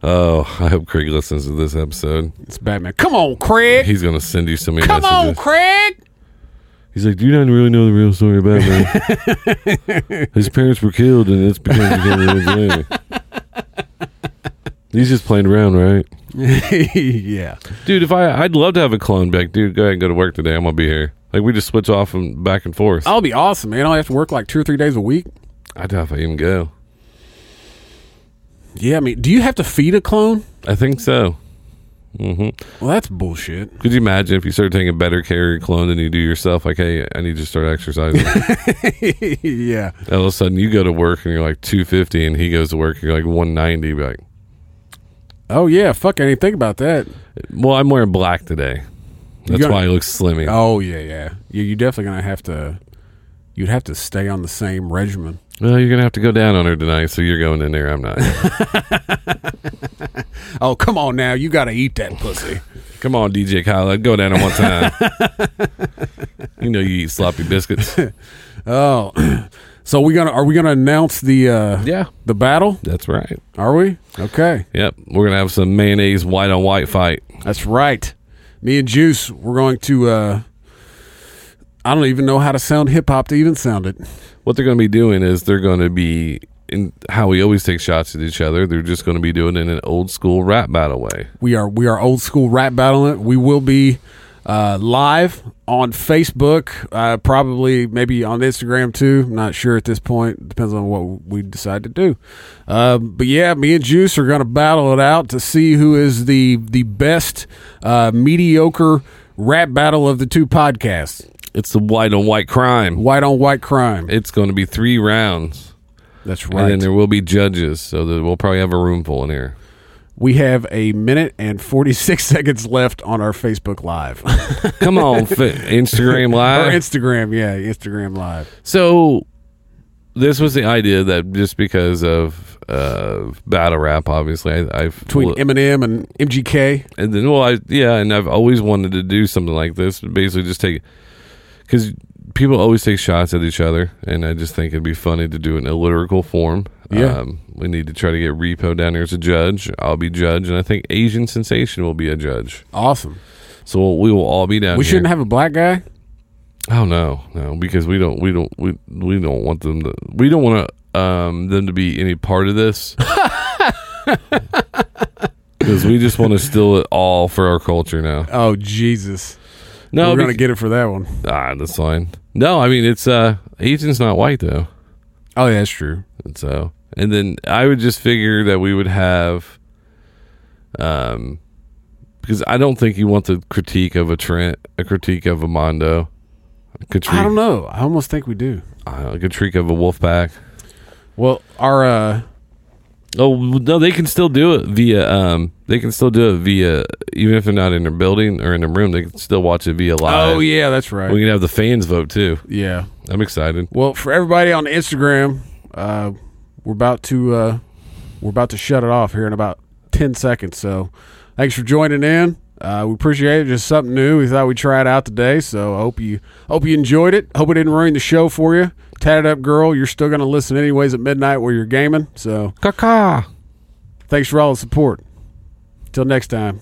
Speaker 4: Oh, I hope Craig listens to this episode.
Speaker 1: It's Batman. Come on, Craig.
Speaker 4: He's gonna send you so many
Speaker 1: Come on,
Speaker 4: messages.
Speaker 1: Craig.
Speaker 4: He's like, do you not really know the real story about me? His parents were killed, and it's because he became a vigilante. He's just playing around, right?
Speaker 1: yeah.
Speaker 4: Dude, if I, I'd love to have a clone back. Dude, go ahead and go to work today. I'm gonna be here. Like we just switch off and back and forth.
Speaker 1: I'll be awesome, man. I'll have to work like two or three days a week.
Speaker 4: I doubt if I even go.
Speaker 1: Yeah, I mean, do you have to feed a clone?
Speaker 4: I think so.
Speaker 1: Well, that's bullshit.
Speaker 4: Could you imagine if you started taking better care of your clone than you do yourself? Like, hey, I need you to start exercising.
Speaker 1: yeah.
Speaker 4: And all of a sudden, you go to work and you're like 250, and he goes to work and you're like 190. You're Like,
Speaker 1: Oh yeah. Fuck. I didn't think about that.
Speaker 4: well, I'm wearing black today. That's
Speaker 1: gotta-
Speaker 4: why he looks slimming.
Speaker 1: Oh yeah, yeah. You you definitely gonna have to. You'd have to stay on the same regimen.
Speaker 4: Well, you're gonna have to go down on her tonight, so you're going in there. I'm not.
Speaker 1: Oh come on now, you gotta eat that pussy.
Speaker 4: Come on, DJ Khaled, go down on one time. you know you eat sloppy biscuits.
Speaker 1: Oh, so we gonna are we gonna announce the uh
Speaker 4: Yeah.
Speaker 1: the battle?
Speaker 4: That's right.
Speaker 1: Are we okay?
Speaker 4: Yep, we're gonna have some mayonnaise white on white fight.
Speaker 1: That's right. Me and Juice, we're going to. uh I don't even know how to sound hip hop to even sound it.
Speaker 4: What they're gonna be doing is they're gonna be in how we always take shots at each other. They're just gonna be doing it in an old school rap battle way.
Speaker 1: We are we are old school rap battling. it. We will be uh, live on Facebook, uh, probably maybe on Instagram too. I'm not sure at this point. Depends on what we decide to do. Uh, but yeah, me and Juice are going to battle it out to see who is the the best uh, mediocre rap battle of the two podcasts.
Speaker 4: It's the white on white crime.
Speaker 1: White on white crime.
Speaker 4: It's gonna be three rounds,
Speaker 1: That's
Speaker 4: and then
Speaker 1: right.
Speaker 4: there will be judges. So that we'll probably have a room full in here.
Speaker 1: We have a minute and forty six seconds left on our Facebook Live or
Speaker 4: Come on, fi- Instagram live.
Speaker 1: Instagram. Yeah, Instagram Live.
Speaker 4: So this was the idea that just because of uh, battle rap, obviously, I, I've
Speaker 1: between
Speaker 4: well,
Speaker 1: Eminem and MGK.
Speaker 4: and then well, I yeah, and I've always wanted to do something like this. Basically, just take because people always take shots at each other, and I just think it'd be funny to do it in a lyrical form.
Speaker 1: Yeah.
Speaker 4: Um, we need to try to get Repo down here as a judge. I'll be judge, and I think Asian Sensation will be a judge.
Speaker 1: Awesome.
Speaker 4: So we will all be down.
Speaker 1: we
Speaker 4: here.
Speaker 1: shouldn't have a black guy.
Speaker 4: Oh no, no, because we don't, we don't, we we don't want them to, we don't want to, um, them to be any part of this. Because we just want to steal it all for our culture now.
Speaker 1: Oh Jesus! Oh,
Speaker 4: No,
Speaker 1: We're gonna
Speaker 4: bec-
Speaker 1: get it for that one.
Speaker 4: ah, that's fine. No, I mean it's uh, Asian's not white though,
Speaker 1: Oh, yeah, that's true.
Speaker 4: and so and then I would just figure that we would have, um, because I don't think you want the critique of a Trent, a critique of a Mondo, a critique,
Speaker 1: I don't know. I almost think we do.
Speaker 4: uh, a critique of a Wolfpack.
Speaker 1: Well, our uh,
Speaker 4: Oh no, they can still do it via. Um, they can still do it via even if they're not in their building or in their room. They can still watch it via live.
Speaker 1: oh yeah, that's right.
Speaker 4: we can have the fans vote too.
Speaker 1: yeah.
Speaker 4: I'm excited.
Speaker 1: Well, for everybody on Instagram, uh, we're about to uh, we're about to shut it off here in about ten seconds. So, thanks for joining in. Uh, we appreciate it. Just something new. We thought we'd try it out today. So, I hope you hope you enjoyed it. Hope it didn't ruin the show for you. Tatted up girl, you're still gonna listen anyways at midnight where you're gaming. So,
Speaker 4: Caca.
Speaker 1: thanks for all the support. Till next time.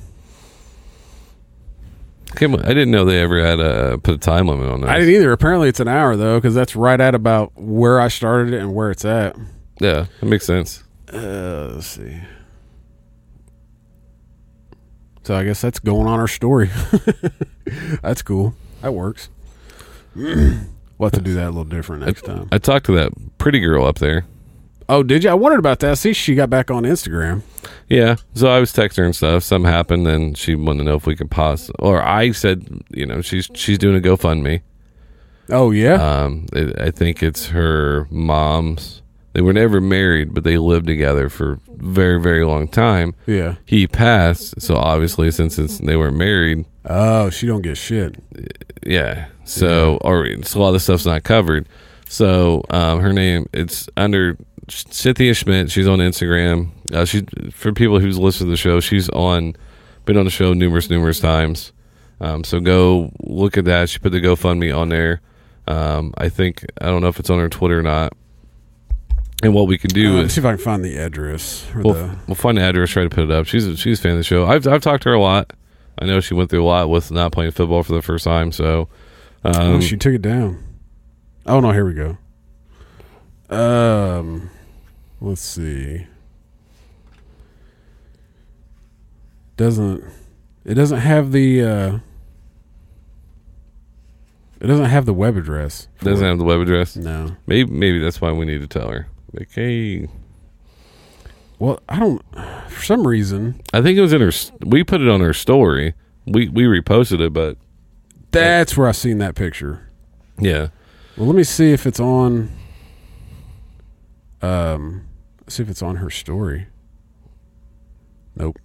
Speaker 4: Came, I didn't know they ever had a put a time limit on that.
Speaker 1: I didn't either. Apparently, it's an hour though, because that's right at about where I started it and where it's at.
Speaker 4: Yeah, that makes sense.
Speaker 1: Uh, let's see. So I guess that's going on our story. that's cool. That works. we'll have to do that a little different next time.
Speaker 4: I talked to that pretty girl up there.
Speaker 1: Oh, did you? I wondered about that. See, she got back on Instagram.
Speaker 4: Yeah, so I was texting her and stuff. Something happened, and she wanted to know if we could pause. Or I said, you know, she's she's doing a GoFundMe.
Speaker 1: Oh yeah.
Speaker 4: Um, it, I think it's her mom's. They were never married, but they lived together for very, very long time.
Speaker 1: yeah.
Speaker 4: He passed, so obviously, since it's, they weren't married,
Speaker 1: Oh, she don't get shit.
Speaker 4: yeah. So, or so a lot of the stuff's not covered. So, um, her name it's under Cynthia Schmidt. She's on Instagram. Uh, she for people who's listened to the show, she's on been on the show numerous, numerous times. Um, so go look at that. She put the GoFundMe on there. Um, I think I don't know if it's on her Twitter or not, And what we can do
Speaker 1: Um,
Speaker 4: is
Speaker 1: see if I can find the address. Or
Speaker 4: we'll,
Speaker 1: the,
Speaker 4: we'll find the address, try to put it up. She's a, she's a fan of the show. I've I've talked to her a lot. I know she went through a lot with not playing football for the first time. So
Speaker 1: oh,
Speaker 4: um,
Speaker 1: she took it down. Oh no, here we go. Um, let's see. Doesn't it doesn't have the uh, it doesn't have the web address. for
Speaker 4: doesn't
Speaker 1: it.
Speaker 4: have the web address.
Speaker 1: no.
Speaker 4: Maybe maybe that's why we need to tell her. Like, hey,
Speaker 1: Well, I don't. For some reason,
Speaker 4: I think it was in her. s- We put it on her story. We we reposted it, but
Speaker 1: that's where I seen that picture.
Speaker 4: yeah,
Speaker 1: Well, let me see if it's on. Um, see if it's on her story. Nope.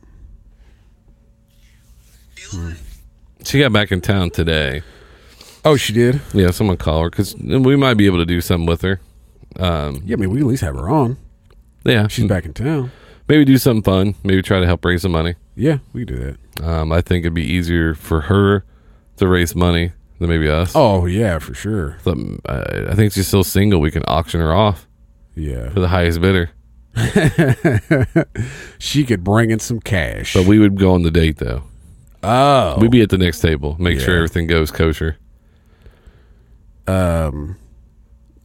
Speaker 4: she got back in town today.
Speaker 1: Oh, she did.
Speaker 4: Yeah, someone call her because we might be able to do something with her. Um,
Speaker 1: Yeah, I mean, we at least have her on.
Speaker 4: yeah,
Speaker 1: She's back in town.
Speaker 4: Maybe do something fun. Maybe try to help raise some money.
Speaker 1: Yeah, we can do that.
Speaker 4: Um, I think it'd be easier for her to raise money than maybe us.
Speaker 1: Oh yeah, for sure.
Speaker 4: But, um, I I think she's still single. We can auction her off
Speaker 1: Yeah,
Speaker 4: for the highest bidder.
Speaker 1: she could bring in some cash.
Speaker 4: But we would go on the date though.
Speaker 1: oh,
Speaker 4: We'd be at the next table, make sure
Speaker 1: Yeah.
Speaker 4: everything goes kosher.
Speaker 1: um,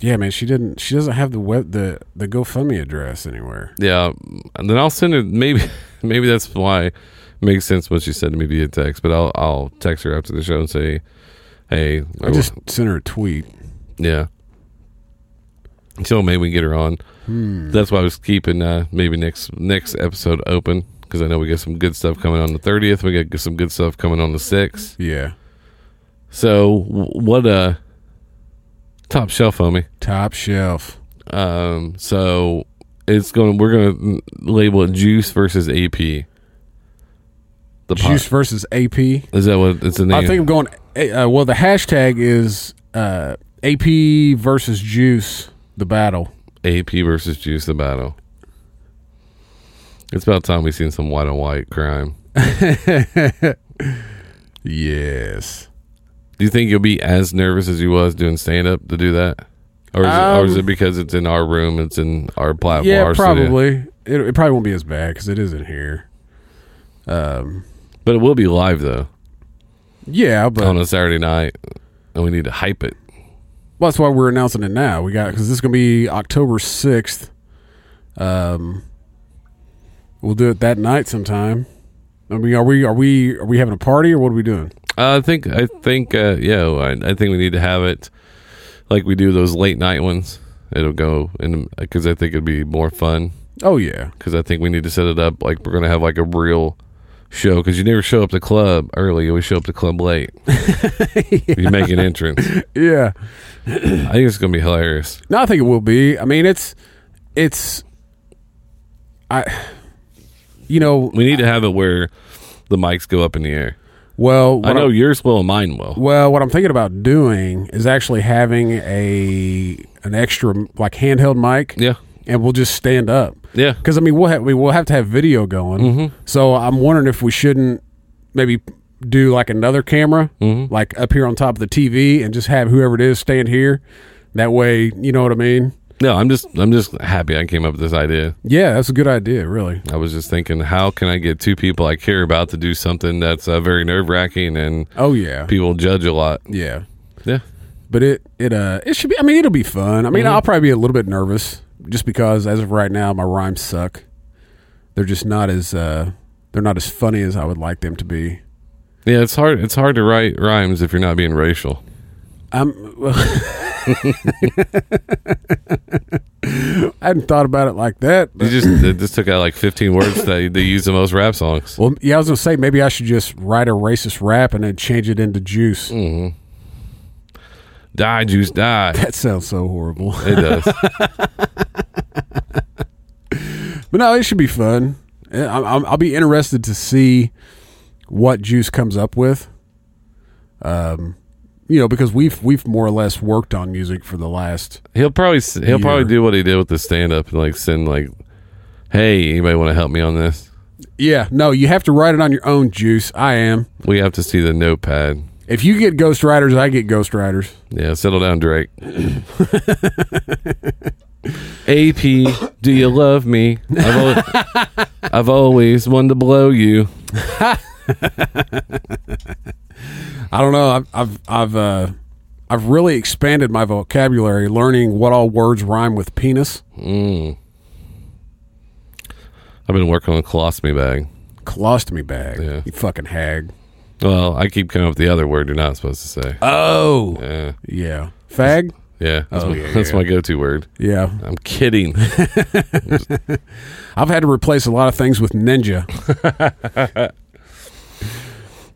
Speaker 1: yeah, man, she didn't. She doesn't have the web the the GoFundMe address anywhere.
Speaker 4: Yeah, and then I'll send her. Maybe maybe that's why it makes sense what she said to me via text. But I'll I'll text her after the show and say, hey,
Speaker 1: I just
Speaker 4: Oh.
Speaker 1: sent her a tweet.
Speaker 4: Yeah. So maybe we can get her on.
Speaker 1: Hmm.
Speaker 4: That's why I was keeping uh, maybe next next episode open because I know we got some good stuff coming on the thirtieth. We got some good stuff coming on the sixth.
Speaker 1: Yeah,
Speaker 4: So w- what uh top shelf, homie.
Speaker 1: top shelf.
Speaker 4: Um, so it's going. to We're going to label it Juice versus AP. The
Speaker 1: Juice
Speaker 4: pot.
Speaker 1: versus AP.
Speaker 4: is that what it's the name?
Speaker 1: I think I'm going. Uh, well, the hashtag is uh, AP versus Juice. The battle.
Speaker 4: AP versus Juice the battle. It's about time we seen some white on white crime.
Speaker 1: Yes.
Speaker 4: Do you think you'll be as nervous as you was doing stand up to do that? Or is, it, or is
Speaker 1: Um,
Speaker 4: it because it's in our room, it's in our platform?
Speaker 1: Yeah,
Speaker 4: our studio?
Speaker 1: probably. It, it probably won't be as bad because it is in here. Um.
Speaker 4: But it will be live though
Speaker 1: Yeah, but
Speaker 4: on a Saturday night, and we need to hype it.
Speaker 1: well, that's why we're announcing it now. We got because this is gonna be October sixth. Um. We'll do it that night sometime. I mean, are we are we are we having a party or what are we doing?
Speaker 4: Uh, I think I think uh, yeah, I, I think we need to have it like we do those late night ones. It'll go and because I think it'd be more fun
Speaker 1: Oh yeah,
Speaker 4: because I think we need to set it up like we're gonna have like a real show because you never show up to club early, you always show up to club late. You make an entrance.
Speaker 1: yeah.
Speaker 4: I think it's gonna be hilarious.
Speaker 1: No, I think it will be. I mean, it's it's I you know,
Speaker 4: We need to have it where the mics go up in the air.
Speaker 1: well, what
Speaker 4: I know
Speaker 1: I'm-
Speaker 4: yours will and mine will.
Speaker 1: well, what I'm thinking about doing is actually having a an extra like handheld mic.
Speaker 4: Yeah.
Speaker 1: And we'll just stand up.
Speaker 4: Yeah. Mm-hmm.
Speaker 1: Cuz I mean, we'll have we will have to have video going. So I'm wondering if we shouldn't maybe do like another camera
Speaker 4: Mm-hmm.
Speaker 1: like up here on top of the TV and just have whoever it is stand here. That way, you know what I mean?
Speaker 4: No, I'm just I'm just happy I came up with this idea.
Speaker 1: Yeah, that's a good idea, really.
Speaker 4: I was just thinking, how can I get two people I care about to do something that's uh, very nerve wracking and
Speaker 1: Oh yeah.
Speaker 4: people judge a lot?
Speaker 1: Yeah.
Speaker 4: Yeah.
Speaker 1: but it it uh it should be. I mean, it'll be fun. I mean, I'll probably be a little bit nervous just because as of right now, my rhymes suck. They're just not as uh they're not as funny as I would like them to be.
Speaker 4: Yeah, it's hard it's hard to write rhymes if you're not being racial.
Speaker 1: I'm. I hadn't thought about it like that.
Speaker 4: You just it just took out like 15 words that they use the most rap songs.
Speaker 1: Well, yeah, I was gonna say maybe I should just write a racist rap and then change it into juice.
Speaker 4: Die juice die.
Speaker 1: That sounds so horrible.
Speaker 4: It does.
Speaker 1: But no, it should be fun. Eh, I- I'm, I'll be interested to see what Juice comes up with. Um, you know, because we've we've more or less worked on music for the last.
Speaker 4: He'll probably s- he'll probably
Speaker 1: Year.
Speaker 4: do what he did with the stand up and like send like, hey, anybody want to help me on this?
Speaker 1: Yeah, no, you have to write it on your own, Juice. I am.
Speaker 4: We have to see the notepad.
Speaker 1: If you get ghostwriters, I get ghostwriters.
Speaker 4: Yeah, settle down, Drake. AP, do you love me? I've, al- I've always wanted to blow you.
Speaker 1: I don't know. I've I've I've, uh, I've really expanded my vocabulary, learning what all words rhyme with penis.
Speaker 4: I've been working on a colostomy bag.
Speaker 1: Colostomy bag.
Speaker 4: Yeah.
Speaker 1: You fucking hag.
Speaker 4: Well, I keep coming up with the other word you're not supposed to say.
Speaker 1: Oh.
Speaker 4: Yeah.
Speaker 1: Yeah. Fag.
Speaker 4: Oh, Yeah, that's, my,
Speaker 1: yeah,
Speaker 4: that's
Speaker 1: yeah.
Speaker 4: my go-to word.
Speaker 1: Yeah.
Speaker 4: I'm kidding.
Speaker 1: I've had to replace a lot of things with ninja.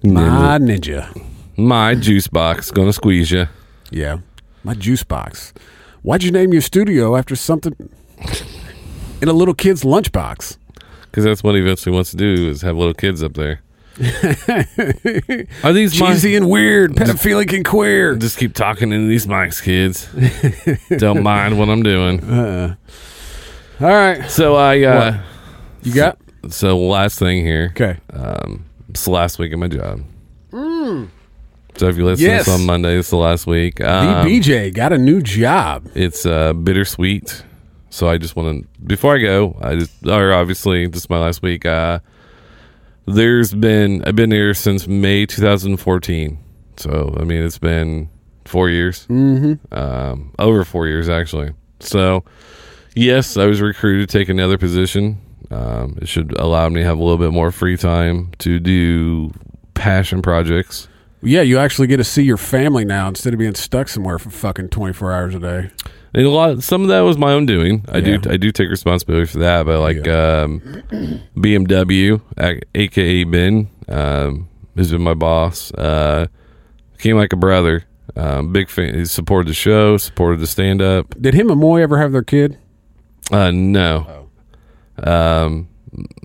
Speaker 4: my,
Speaker 1: My ninja.
Speaker 4: my juice box gonna squeeze you.
Speaker 1: Yeah. My juice box. Why'd you name your studio after something in a little kid's lunchbox?
Speaker 4: Because that's what he eventually wants to do is have little kids up there. Are these my-
Speaker 1: Cheesy and weird, pedophilic and queer.
Speaker 4: Just keep talking into these mics, kids. Don't mind what I'm doing.
Speaker 1: All right.
Speaker 4: So I, uh,
Speaker 1: You got?
Speaker 4: so last thing here.
Speaker 1: Okay.
Speaker 4: It's the last week of my job. So if you listen
Speaker 1: Mm. Yes.
Speaker 4: to this on Monday, it's the last week. Um,
Speaker 1: DBJ got a new job.
Speaker 4: It's uh, bittersweet. So I just want to before I go, I just or obviously just my last week. Uh, there's been I've been here since May 2014. So I mean it's been four years, mm-hmm. um, over four years actually. So yes, I was recruited to take another position. Um, it should allow me to have a little bit more free time to do passion projects.
Speaker 1: Yeah, you actually get to see your family now instead of being stuck somewhere for fucking 24 hours a day.
Speaker 4: And a lot, some of that was my own doing. I
Speaker 1: Yeah.
Speaker 4: do, I do take responsibility for that. But like um, BMW, a- aka Ben, um, has been my boss. Uh, came like a brother. Um, big fan. He supported the show, supported the stand up.
Speaker 1: Did him and Moy ever have their kid?
Speaker 4: Uh, no. Um,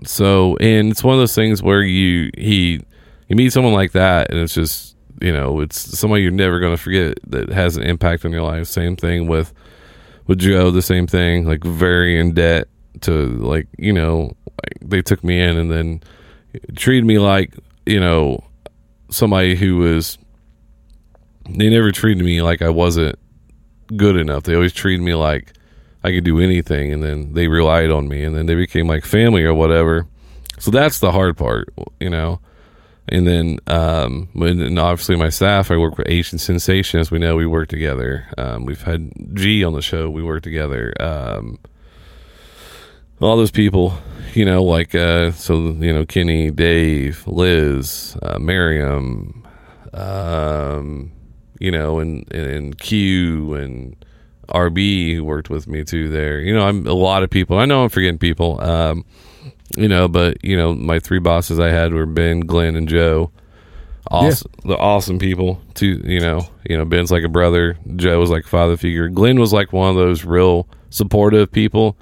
Speaker 4: so and it's one of those things where you he you meet someone like that, and it's just you know it's somebody you're never going to forget that has an impact on your life. Same thing with with Joe, the same thing. Like very in debt to like you know like they took me in and then treated me like you know somebody who was. They never treated me like I wasn't good enough. They always treated me like I could do anything, and then they relied on me, and then they became like family or whatever. So that's the hard part, you know. And then, um, when, and obviously my staff, I work with Asian Sensation. As we know, we work together. Um, we've had G on the show. We work together. Um, all those people, you know, like, uh, so, you know, Kenny, Dave, Liz, uh, Miriam, um, you know, and, and Q and RB who worked with me too there. You know, I'm a lot of people. I know I'm forgetting people. Um, you know, but you know, my three bosses I had were Ben, Glenn, and Joe. Awesome, the awesome people. Too, you know, you know, Ben's like a brother. Joe was like a father figure. Glenn was like one of those real supportive people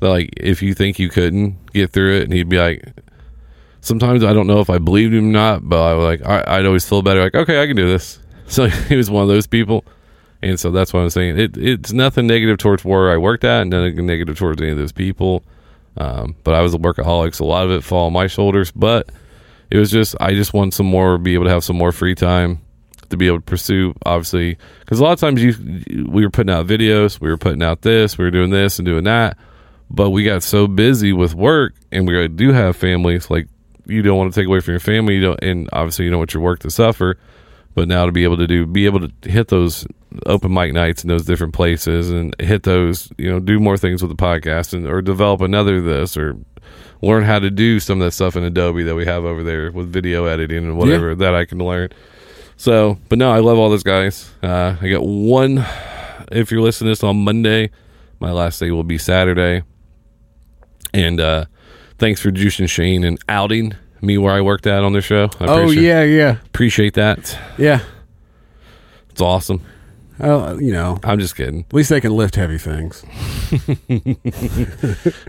Speaker 4: that, like, if you think you couldn't get through it, and he'd be like, sometimes I don't know if I believed him or not, but I was like I, I'd always feel better, like okay, I can do this. So he was one of those people, and so that's what I'm saying. It, it's nothing negative towards where I worked at, and nothing negative towards any of those people. Um, but I was a workaholic, so a lot of it fall on my shoulders. But it was just I just want some more, be able to have some more free time to be able to pursue, obviously, because a lot of times you we were putting out videos, we were putting out this, we were doing this and doing that but we got so busy with work and we do have families like you don't want to take away from your family you don't and obviously you don't want your work to suffer but now to be able to do be able to hit those open mic nights in those different places and hit those you know do more things with the podcast and or develop another this or learn how to do some of that stuff in adobe that we have over there with video editing and whatever that i can learn so but no i love all those guys uh, i got one if you're listening to this on monday my last day will be saturday and uh, thanks for Juice and Shane and outing me where I worked at on their show. I
Speaker 1: Oh,
Speaker 4: appreciate,
Speaker 1: yeah, yeah.
Speaker 4: appreciate that.
Speaker 1: Yeah.
Speaker 4: It's awesome.
Speaker 1: Uh, you know,
Speaker 4: I'm just kidding.
Speaker 1: at least they can lift heavy things.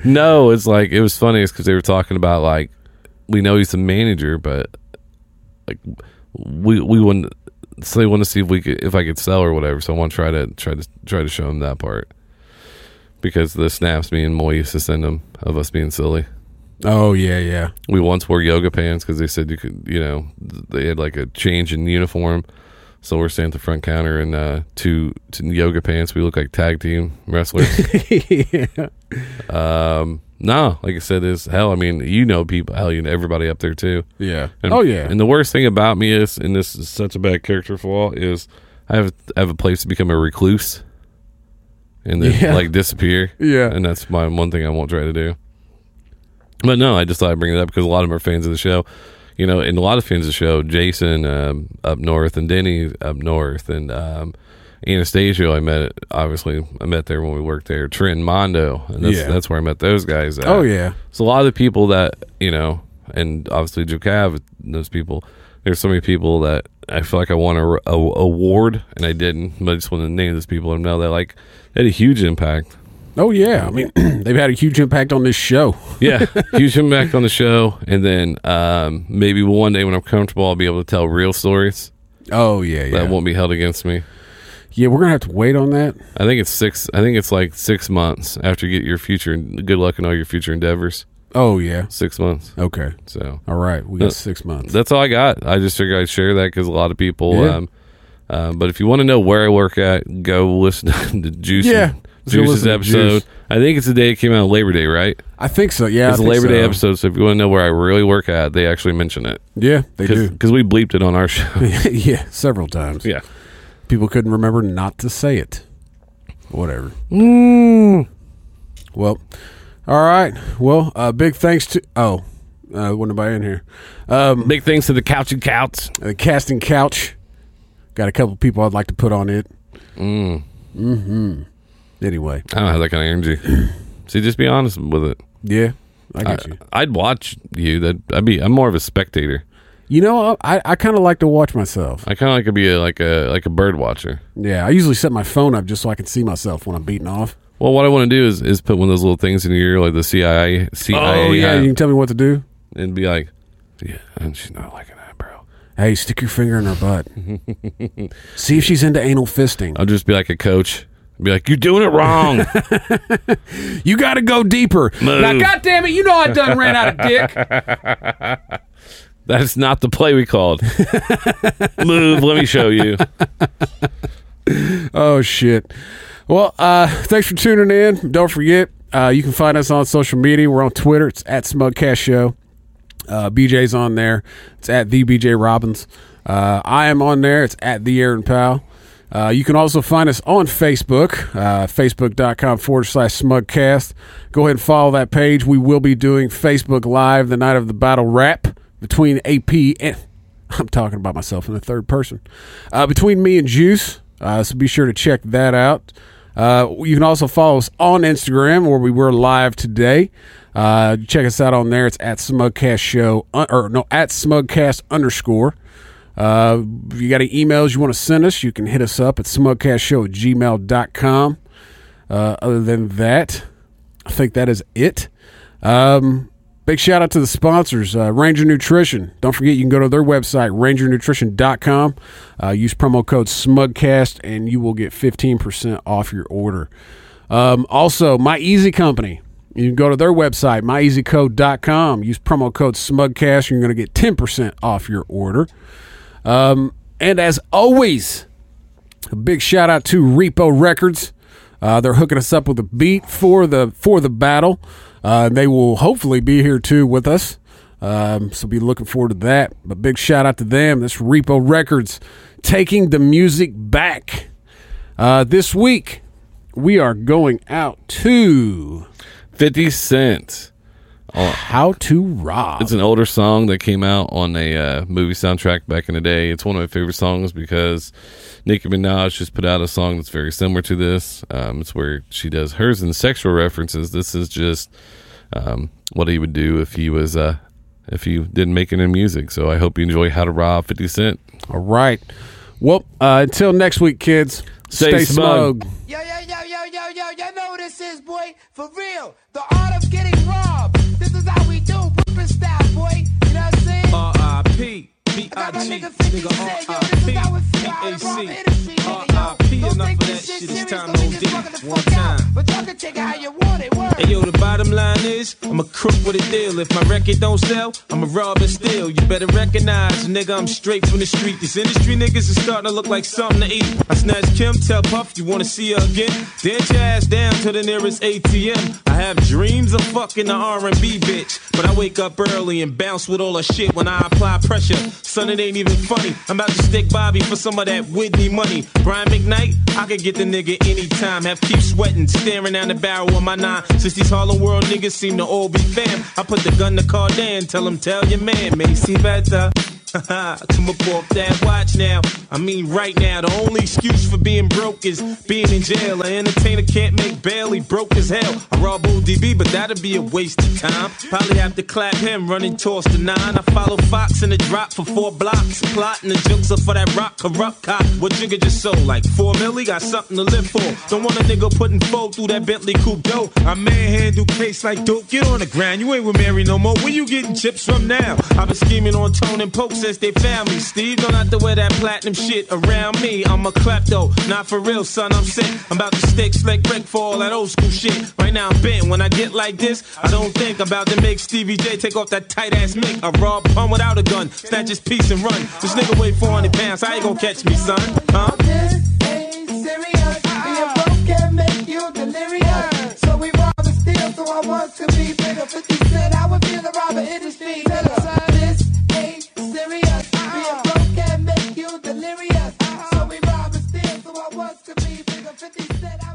Speaker 4: No, it's like it was funny because they were talking about like we know he's the manager, but like we we wouldn't. So they want to see if we could if I could sell or whatever. So I want to try to try to try to show him that part because the snaps me and Moy used to send them of us being silly.
Speaker 1: Oh, yeah, yeah.
Speaker 4: we once wore yoga pants because they said you could, you know, they had like a change in uniform. So we're standing at the front counter in uh, two, two yoga pants. We look like tag team wrestlers.
Speaker 1: yeah.
Speaker 4: um, no, like I said, is hell. I mean, you know people. Hell, you know everybody up there too.
Speaker 1: Yeah.
Speaker 4: And,
Speaker 1: oh yeah.
Speaker 4: And the worst thing about me is, and this is such a bad character flaw, is I have I have a place to become a recluse, and then
Speaker 1: Yeah.
Speaker 4: like disappear.
Speaker 1: Yeah.
Speaker 4: and that's my one thing I won't try to do. But no, I just thought I'd bring it up because a lot of them are fans of the show, you know, and a lot of fans of the show. Jason um, up north and Denny up north and um, Anastasio. I met obviously I met there when we worked there. Trent and Mondo, and that's,
Speaker 1: Yeah.
Speaker 4: that's where I met those guys. At.
Speaker 1: oh yeah.
Speaker 4: So a lot of the people that you know, and obviously Jukav, those people. There's so many people that I feel like I won a, a award and I didn't, but I just want to name those people and know that like they had a huge impact.
Speaker 1: Oh yeah. I mean, they've had a huge impact on this show.
Speaker 4: Yeah, huge impact on the show. And then um, maybe one day when I'm comfortable, I'll be able to tell real stories
Speaker 1: Oh yeah. Yeah.
Speaker 4: that won't be held against me.
Speaker 1: yeah. We're gonna have to wait on that.
Speaker 4: I think it's six. I think it's like six months after you get your future. Good luck in all your future endeavors.
Speaker 1: Oh yeah.
Speaker 4: Six months.
Speaker 1: Okay.
Speaker 4: So
Speaker 1: All right. We got
Speaker 4: Uh,
Speaker 1: six months.
Speaker 4: that's all I got. I just figured I'd share that because a lot of people.
Speaker 1: Yeah.
Speaker 4: Um, uh, but if you want to know where I work at, go listen to Juice.
Speaker 1: Yeah, let's go
Speaker 4: Juice's
Speaker 1: listen to
Speaker 4: episode.
Speaker 1: Juice.
Speaker 4: I think it's the day it came out Labor Day, right?
Speaker 1: I think so. Yeah. I
Speaker 4: it's a
Speaker 1: think
Speaker 4: Labor Day
Speaker 1: so.
Speaker 4: episode. So if you want to know where I really work at, they actually mention it
Speaker 1: Yeah, they do.
Speaker 4: because we bleeped it on our show.
Speaker 1: yeah, several times.
Speaker 4: yeah.
Speaker 1: People couldn't remember not to say it. Whatever. Mm. Well, all right. Well, uh, big thanks to oh, uh, when am I in here? Um,
Speaker 4: Big things to the couch and couch.
Speaker 1: uh, casting couch. Got a couple people I'd like to put on it. Mm. Hmm. Anyway,
Speaker 4: I don't have that kind of energy. See, just be honest with it.
Speaker 1: yeah, Uh, I
Speaker 4: I,
Speaker 1: get you.
Speaker 4: I'd watch you. That I'd be. I'm more of a spectator.
Speaker 1: You know, I I kind of like to watch myself.
Speaker 4: I kind of like to be a, like a like a bird watcher.
Speaker 1: Yeah, I usually set my phone up just so I can see myself when I'm beating off.
Speaker 4: Well, what I want to do is, is put one of those little things in your ear, like the CIA, CIA
Speaker 1: Oh yeah,
Speaker 4: app,
Speaker 1: you can tell me what to do.
Speaker 4: and be like, yeah, and she's not liking that, bro.
Speaker 1: Hey, stick your finger in her butt. See if she's into anal fisting.
Speaker 4: I'll just be like a coach, be like, you're doing it wrong.
Speaker 1: You got to go deeper.
Speaker 4: Move.
Speaker 1: Now, goddamn it, you know I done ran out of dick.
Speaker 4: That's not the play we called. Move, let me show you.
Speaker 1: Oh shit. Well, uh, thanks for tuning in. Don't forget, uh, you can find us on social media. We're on Twitter. It's at Smugcast Show. Uh, BJ's on there. It's at the BJ Robbins. Uh, I am on there. It's at the Aaron Powell. Uh, you can also find us on Facebook, uh, facebook.com forward slash smugcast. Go ahead and follow that page. We will be doing Facebook Live the night of the battle rap between AP and I'm talking about myself in the third person. Uh, between me and Juice, uh, so be sure to check that out. Uh, you can also follow us on Instagram where we were live today. Uh, check us out on there. It's at Smugcast Show uh, or no at Smugcast underscore. Uh, if you got any emails you want to send us, you can hit us up at smugcastshow at gmail.com. Uh, other than that, I think that is it. Um, big shout out to the sponsors, uh, Ranger Nutrition. Don't forget, you can go to their website, rangernutrition.com. Uh, use promo code SMUGCAST, and you will get 15% off your order. Um, also, My Easy Company. You can go to their website, myeasycode.com. Use promo code SMUGCAST, and you're going to get 10% off your order. Um, and as always, a big shout out to Repo Records. Uh, they're hooking us up with a beat for the for the battle. Uh, they will hopefully be here too with us. Um, so be looking forward to that. But big shout out to them. That's Repo Records taking the music back. Uh, this week we are going out to
Speaker 4: 50 Cent.
Speaker 1: How to Rob.
Speaker 4: It's an older song that came out on a uh, movie soundtrack back in the day. It's one of my favorite songs because Nicki Minaj just put out a song that's very similar to this. Um, it's where she does hers in sexual references. This is just um, what he would do if he was uh, if he didn't make any music. So I hope you enjoy How to Rob Fifty Cent.
Speaker 1: All right. Well, uh, until next week, kids.
Speaker 4: Stay smug.
Speaker 8: Yo, yo, yo, yo, yo, yo, you know what this is, boy. For real. The art of getting robbed. This is how we do. Whipping style, boy. You know what I'm saying?
Speaker 9: R.I.P. B.
Speaker 8: I got my nigga 50 said, yo, this is how it feel. I done brought energy, nigga,
Speaker 9: R.I.P.
Speaker 8: yo. Don't
Speaker 9: Enough
Speaker 8: think
Speaker 9: of
Speaker 8: this
Speaker 9: that
Speaker 8: shit
Speaker 9: shit. It's
Speaker 8: serious,
Speaker 9: time
Speaker 8: gon'
Speaker 9: to
Speaker 8: get this
Speaker 9: OD.
Speaker 8: motherfucker the
Speaker 9: One
Speaker 8: fuck out.
Speaker 9: time.
Speaker 8: But y'all can take it how you want it, word.
Speaker 9: Hey yo, the bottom line is, I'm a crook with a deal. If my record don't sell, I'm a rob and steal. You better recognize, nigga, I'm straight from the street. These industry niggas is starting to look like something to eat. I snatch Kim, tell Puff, you wanna see her again? Dance your ass down to the nearest ATM. I have dreams of fucking the R&B bitch, but I wake up early and bounce with all her shit when I apply pressure. Son, it ain't even funny. I'm about to stick Bobby for some of that Whitney money. Brian McKnight, I could get the nigga anytime. Have keep sweating, staring down the barrel of my nine. Since these Harlem World niggas seem to all be fam, I put the gun to Cardan, tell him, tell your man, Macy better. Come up off that watch now. I mean, right now, the only excuse for being broke is being in jail. An entertainer can't make bail, he broke as hell. I rob ODB, but that'd be a waste of time. Probably have to clap him, running toss to nine. I follow Fox in the drop for four blocks. Plotting the jokes up for that rock corrupt cop. What jigger just sold? Like four milli, got something to live for. Don't want a nigga putting four through that Bentley coupe dough. I manhandle case like dope. Get on the grind, you ain't with Mary no more. Where you getting chips from now? I've been scheming on Tone and Poke since they found me. Steve, don't have to wear that platinum shit around me. I'm a klepto, not for real, son. I'm sick. I'm about to stick slick Rick for all that old school shit. Right now I'm bent. When I get like this, I don't think I'm about to make Stevie J take off that tight ass mic. I rob pun without a gun, snatch his piece and run. This nigga weigh 400 pounds. How you gonna catch me, son? Huh?
Speaker 8: This ain't serious. Being broke can make you delirious. So we rob and steal, so I want to be bigger. 50 cent, I would feel the robber in the street. This ain't serious. Being broke can make you delirious. So we rob and steal, so I want to be bigger. 50 cent, I would